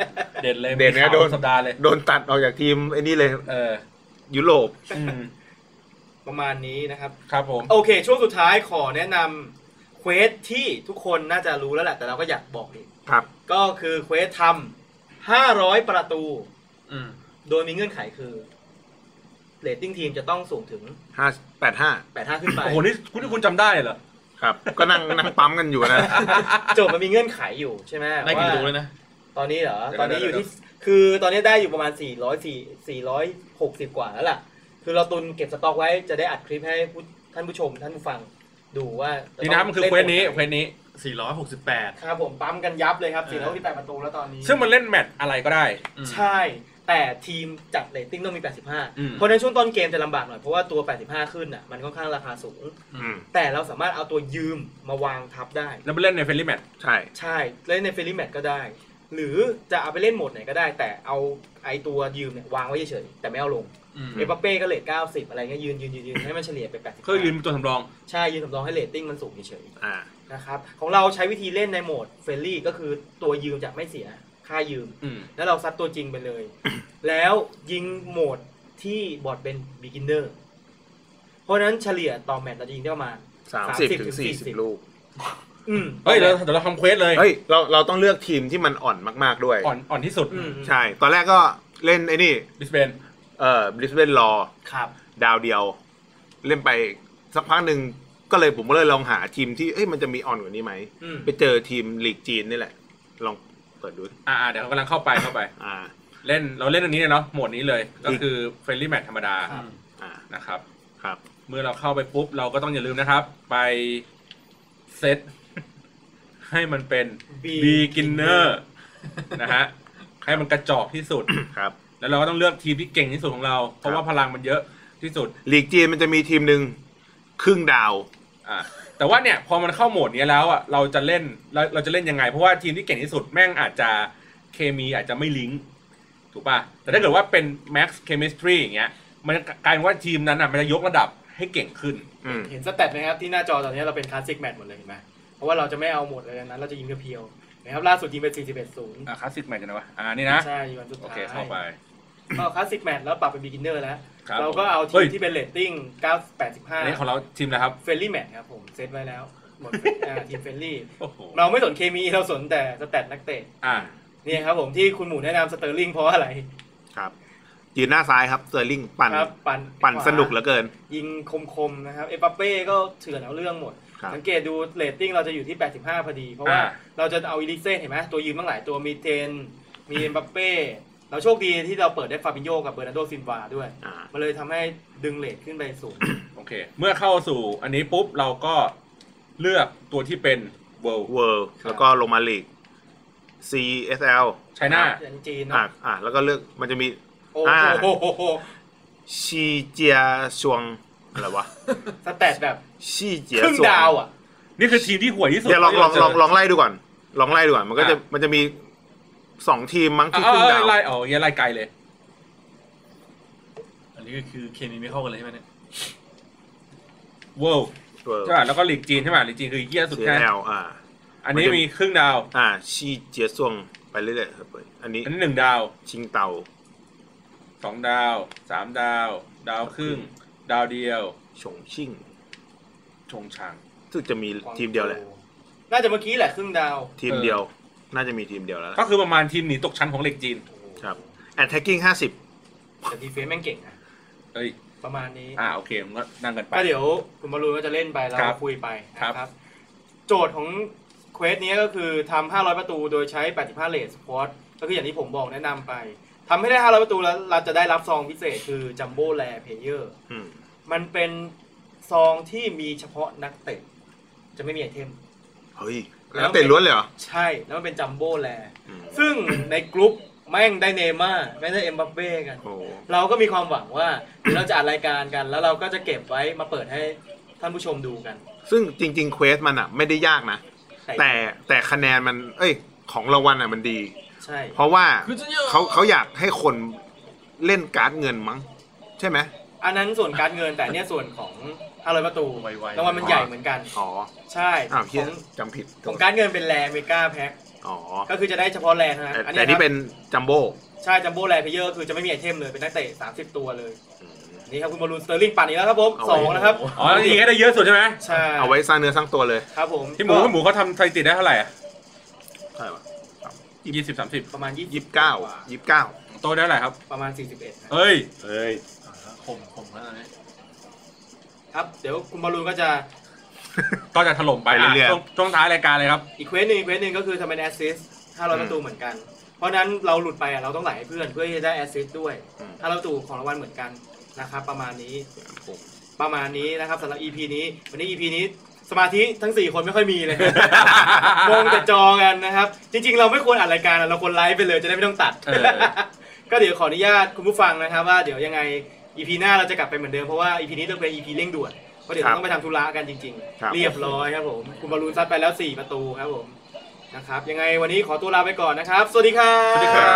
S5: เด่นเลย
S2: เด่นนะ
S5: มีข่าว
S2: โดน
S5: สัปดาห์เลย
S2: โดนตัดออกจากทีมไอ้นี่เลย
S5: เออ
S2: ยุโรป
S5: อืม
S3: ประมาณนี้นะครับ
S5: ครับผม
S3: โอเค ช่วงสุดท้ายขอแนะนำเควสที่ทุกคนน่าจะรู้แล้วแหละ แต่เราก็อยากบอกอีก
S2: ครับ
S3: ก็คือเควสทำ500 ประตู
S4: อืม
S3: โดยมีเงื่อนไขคือเรตติ้งทีมจะต้องสูงถึง
S2: ห้าแปดห้า
S3: 85 ขึ้นไป
S5: โอ้โห นี่คุณนี่คุณจำได้เหรอ
S2: ครับ ก็นั่ง นั่งปั๊มกันอยู่นะ
S3: โจทย์มันมีเงื่อนไขอยู่ใช่ไหม
S4: ได้กี่ตัว
S3: ว่า
S4: เลยนะ
S3: ตอนนี้เหรอ
S4: เดี๋ยวๆๆ
S3: ตอนนี้อยู่ที่ คือตอนนี้ได้อยู่ประมาณ 400 4 460 กว่าแล้วล่ะ คือเราตุนเก็บสต็อกไว้จะได้อัดคลิปให้ผู้ท่านผู้ชม ท่านผู้ฟังดูว่าจ
S5: นี่
S3: ต้
S5: นะ
S3: ง
S5: มันคือ
S3: ล่
S5: เควสนี้
S3: ยัง
S5: เคว
S3: ไง
S5: สนี้
S4: 468
S3: ครับผมปั๊มกันยับเลยครับ
S4: เออ
S3: 468ประตูแล้วตอนนี้
S5: ซึ่งมันเล่นแมตช์อะไรก็ได้
S4: อืม
S3: ใช่ แต่ทีมจัดเรตติ้งต้องมี
S5: อืม
S3: 85 เพราะฉะนั้นช่วงต้นเกมจะลำบากหน่อย เพราะว่าตัว 85 ขึ้นอ่ะ มันค่อนข้างราคาสูง
S2: อืม
S3: แต่เราสามารถเอาตัวยืมมาวางทับได้
S5: แล้วมันเล่นในเฟรนลี่แมตช์
S2: ใช่
S3: ใช่ เล่นในเฟรนลี่แมตช์ก็ได้ หรือจะเอาไปเล่นโหมดไหนก็ได้ แต่เอาไอตัวยืมเนี่ยวางไว้เฉยๆ แต่ไม่เอาลง
S4: อืม
S3: เอเปเป้ก็เลท90 อะไรเงี้ยยืนยืนยืนยืนให้มันเฉลี่ยไป85
S5: ก็ยืนเป็นตัวสำรอง
S3: ใช่ ยืนสำรองให้เรตติ้งมันสูงเฉย
S2: อ่า
S3: ๆนะครับ ของเราใช้วิธีเล่นในโหมดเฟรนลี่ก็คือตัวยืมจะไม่เสียค่ายืม
S5: อืม
S3: แล้วเราซัดตัวจริงไปเลย แล้วยิงโหมดที่บอร์ดเป็น beginner เพราะฉะนั้นเฉลี่ยต่อแมตช์เราจะยิงได้ประมาณ
S2: สามสิบ
S3: 30
S2: ถึ
S3: ถึ
S2: ง
S3: ง
S2: สี่สิบ
S3: 40
S2: ลูก
S3: อืม
S5: เฮ้ยเดี๋ยวเดี๋ยวเราทำเควสเลย
S2: เฮ้ย เราเราต้องเลือกทีมที่มันอ่อนมาก ๆ ด้วย
S5: อ่อนอ่อนที่สุด
S3: อืม
S2: ใช่ ตอนแรกก็เล่นไอ้นี่
S5: บิสเบน
S2: เอ่อบริสเบนรอ
S3: ครับ
S2: ดาวเดียว เล่นไปสักพักหนึ่งก็เลยผมก็เลยลองหาทีมที่ เอ้ย มันจะมีอ่อนกว่านี้ไหม
S3: อืม
S2: ไปเจอทีมลีกจีนนี่แหละ ลองเปิดดู
S5: อ่าๆเดี๋ยวเขากำลังเข้าไปเข้าไป
S2: อ่า
S5: เล่นเราเล่นอันนี้เนี่ยเนาะโหมดนี้เลยก็คือเฟรนลี่แมตช์ธรรมดา
S4: อืม
S2: อ่า
S5: นะครับ
S2: ครับ
S5: เมื่อเราเข้าไปปุ๊บ เราก็ต้องอย่าลืมนะครับ ไปเซต ให้มันเป็น บีกินเนอร์นะฮะ ให้มันกระจอกที่สุด
S2: ครับ
S5: แล้วเราก็ต้องเลือกทีมที่เก่งที่สุดของเรา เพราะว่าพลังมันเยอะที่สุด
S2: ลีกจีนมันจะมีทีมหนึ่งครึ่งดาว
S5: อ่าแต่ว่าเนี่ยพอมันเข้าโหมดเนี้ยแล้วอ่ะเราจะเล่นเราเราจะเล่นยังไง เพราะว่าทีมที่เก่งที่สุดแม่งอาจจะเคมีอาจจะไม่ลิงก์ถูกป่ะแต่ถ้าเกิดว่าเป็น max chemistry อย่างเงี้ยมันกลายเป็นว่าทีมนั้นอ่ะมันจะยกระดับให้เก่งขึ้น
S2: อืม
S3: เห็นสเตตไหมครับที่หน้าจอตอนนี้เราเป็นคลาสสิกแมตช์หมดเลยเห็นไหมเพราะว่าเราจะไม่เอาหมดเลยนะเราจะยิงเพียวๆนะครับล่าสุดยิงเป็น 41 0
S5: อ่าคลาสสิกแมตช์นะวะอ่านี่นะ
S3: ใช่ยิงวันสุด
S5: โอ
S3: ท้า
S5: เค
S3: ย
S5: เข้าไป
S3: ก็คลาสสิกแมตช์แล้วปรับเป็น beginner แล้ว
S5: ครับ
S3: เราก็เอา
S5: เฮ้
S3: ที
S5: ย
S3: มที่เป็นเรตติ้ง9
S5: อันนี้ของ
S3: 85
S5: เราทีมนะครับ
S3: เฟรนลี่แมตช์ครับผมเซตไว้แล้วหมดอ่า ทีมเฟรนลี่
S5: โอ้โห
S3: เราไม่สนเคมีเราสนแต่สแตทนักเตะ
S5: อ่า
S3: นี่ครับผมที่คุณหมูแนะนำสเตอร์ลิงเพราะอะไร
S2: ครับ ยืนหน้าซ้ายครับเซอร์ลิงปั่น
S3: ครับปั่น
S2: ปั่น
S3: ขวา
S2: สนุกเหลือเกิน
S3: ยิงคมๆนะครับเอปัปเป้ก็เถื่อนเอาเรื่องหมด
S2: ครับ
S3: สังเกตดูเรตติ้งเราจะอยู่ที่ 85 พอดี เพราะว่าเราจะเอาอีลิเซ่เห็นไหมตัวยืมตั้งหลายตัวมีเทน มีเอมบัปเป้เราโชคดีที่เราเปิดได้ฟาบินโยกับเบอร์นาร์โดซินวาด้วย
S2: อ่า
S3: มันเลยทำให้ดึงเรตขึ้นไปสูง
S5: โอเค เมื่อเข้าสู่อันนี้ปุ๊บเราก็เลือกตัวที่เป็น world
S2: เวิร์
S3: ครับ
S2: แล้วก็ลงมาลีก CSL
S5: ไชน่า
S3: อย่างจีน
S2: อ่ะ
S3: เนาะ
S2: อ่ะแล้วก็เลือกมันจะมี
S3: โอ้โห
S2: ชีเจียชวงอะไรวะ
S3: สแตทแบบ
S2: ชีเจีย
S3: ครึ่ง
S2: ชวง
S3: ดาวอ่ะ
S5: นี่คือทีมที่ห่วยที่สุด
S2: เดี๋ยวลองลอง
S5: ที่
S2: ล
S5: เรา
S2: อง
S5: เจ
S2: ลองไล่ดูก่อน ลองไล่ดูก่อนมันก็จะ
S5: อ่ะ
S2: มันจะมีสองทีมมั้งที่
S5: เอ
S2: ครึ่งดา
S5: าว ไล่เอ๋อยัไล่ไกลเลย
S4: อันนี้ก็คือเคมีไม่เข้ากันเลยใช่ไหมเนี่ย
S5: เวิลด์
S2: เวอร์
S5: ใช่ป่ะแล้วก็ลีกจีนใช่ป่ะลีกจีนคือเหี้ยสุด
S2: ซี
S5: แค่
S2: แอลอ่า
S5: อันนี้มีครึ่งดาว
S2: อ่า ชีเจียซ่วงไปเรื่อยๆครับเปิ้ลอันนี้
S5: อันนี้หนึ่งดาว
S2: ชิงเตา
S5: สองดาวสามดาว ดาวครึ่ง ดาวเดียว
S2: ชงชิ่ง
S5: ชงชัง
S2: ซึ่งจะมีทีมเดียวแหละ
S3: น่าจะเมื่อกี้แหละครึ่งดาว
S2: ทีมเดียว น่าจะมีทีมเดียวแล้วล่ะ
S5: ก็คือประมาณทีมหนีตกชั้นของเหล็กจีน
S2: ครับ attacking ห้าสิบ
S3: แต่ดีเฟนซ์แม่งเก่งนะ
S5: เอ้ย
S3: ประมาณนี้
S5: อ่าโอเคมันก็นั่งกันไป
S3: ก็เดี๋ยวคุณบอลลูนก็จะเล่นไปเรา
S5: ครับ
S3: คุยไป
S5: ครับ
S3: นะครับ โจทย์ของเควสนี้ก็คือทำ 500 ประตูโดยใช้ 85 เลสพอตก็คืออย่างที่ผมบอกแนะนำไปทำให้ได้ 500 ประตูแล้วเราจะได้รับซองพิเศษคือจัมโบ้แลเพเยอร์
S2: อืม
S3: มันเป็นซองที่มีเฉพาะนักเตะจะไม่มีไอเทม
S2: เฮ้ย
S3: แล้ว
S2: นักเตะล้วนเลยเหรอ
S3: ใช่แล้วมันเป็นจัมโบ้แล
S2: อืม
S3: ซึ่ง ในกลุ่มแม่งได้เนย์ม่าร์แม่งได้เอ็มบัปเบ้กัน
S2: โอ้
S3: เราก็มีความหวังว่าเดี๋ยวเราจะอัดรายการกัน แล้วเราก็จะเก็บไว้มาเปิดให้ท่านผู้ชมดูกัน
S2: ซึ่งจริงๆเควสมันอ่ะ ไม่ได้ยากนะ แต่แต่คะแนนมัน เอ้ย ของรางวัลอ่ะมันดี
S3: ใช่
S2: เพราะว่า
S4: คือจะเยอะ
S2: เขาเขาอยากให้คนเล่นการ์ดเงินมั้ง ใช่ไหม
S3: อันนั้นส่วนการเงินแต่เนี่ยส่วนของอารอยประตู
S4: ไวๆ
S3: รางวัลมัน
S2: อ๋อ
S3: ใหญ่เหมือนกัน
S2: อ๋อ
S3: ใช่ข
S2: อ้า
S3: อ
S2: วเฮีย
S3: ง
S2: จำผิด
S3: ของการเงินเป็นแรเมกาแพ็ค
S2: อ๋อ
S3: ก็คือจะได้เฉพาะแรเท่านั้น
S2: แต่
S3: อัน
S2: แต่
S3: เนี้
S2: นี่
S3: ยครับ
S2: เป็นจัมโบ้
S3: ใช่จัมโบ้แรเพเยอร์คือจะไม่มีไอเทมเลยเป็นนักเตะ30 ตัวเลย
S2: อืม
S3: นี่ครับคุณบอลลูนสเตอร์ลิงปั่นอีกแล้วครับผม
S2: เอาไว้
S3: สองนะครับ
S5: อ๋อยิงให้ได้เยอะสุดใช่ไหม
S3: ใช่
S2: เอาไว้สร้างเนื้อสร้างตัวเลย
S3: ครับผม
S5: ที่หมู
S3: ก็
S5: หมูเขาทำสถิติได้เท่าไหร่
S2: ใช่ปะ
S5: ยี่สิบสามสิบ
S3: ประมาณ20
S2: ยี่สิบเก้ายี่สิบเก้า
S5: โตได้เท่าไหร่ครับ
S3: ประมาณ 41นะ
S5: เอ้ย
S2: เฮ้ย
S4: คมคมแล้วตอนนี้
S3: ครับเดี๋ยวคุณบอลลูนก็จะ
S5: ก็จะถล่มไป
S2: ไปเรื่อยๆ
S5: อ่ะช่วงช่วงท้ายรายการเลยครับ
S3: อีกเควสหนึ่งอีกเควสหนึ่งก็คือทำเป็นแอสซิส
S2: อื
S3: 500
S2: ม
S3: ประตูเหมือนกัน เพราะฉะนั้นเราหลุดไปอ่ะเราต้องไหลให้เพื่อนเพื่อที่จะได้แอสซิสด้วย
S2: อืม
S3: 500ประตูของรางวัลเหมือนกันนะครับประมาณนี้ ประมาณนี้นะครับสำหรับ EP นี้ วันนี้ EP นี้สมาธิทั้ง 4 คนไม่ค่อยมีเลยครับ ม องแต่จอกันนะครับ จริง ๆ เราไม่ควรอัดรายการอะเราควรไลฟ์ไปเลยจะได้ไม่ต้องตัด
S5: เออ
S3: ก็เดี๋ยวขออนุญาตคุณผู้ฟังนะครับ ว่าเดี๋ยวยังไง EP หน้าเราจะกลับไปเหมือนเดิมเพราะว่า EP นี้เราเป็น EP เร่งด่วนเพราะเดี๋ยว
S2: ครับ
S3: เราต้องไปทำธุระกันจริง
S2: ครับ
S3: ๆ เรียบร้อยครับผมคุณบอลลูนซัดไปแล้ว 4 ประตูครับผมนะครับยังไงวันนี้ขอตัวลาไปก่อนนะครับ สวัสดีครับ
S5: สวัสดีครั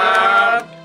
S5: บ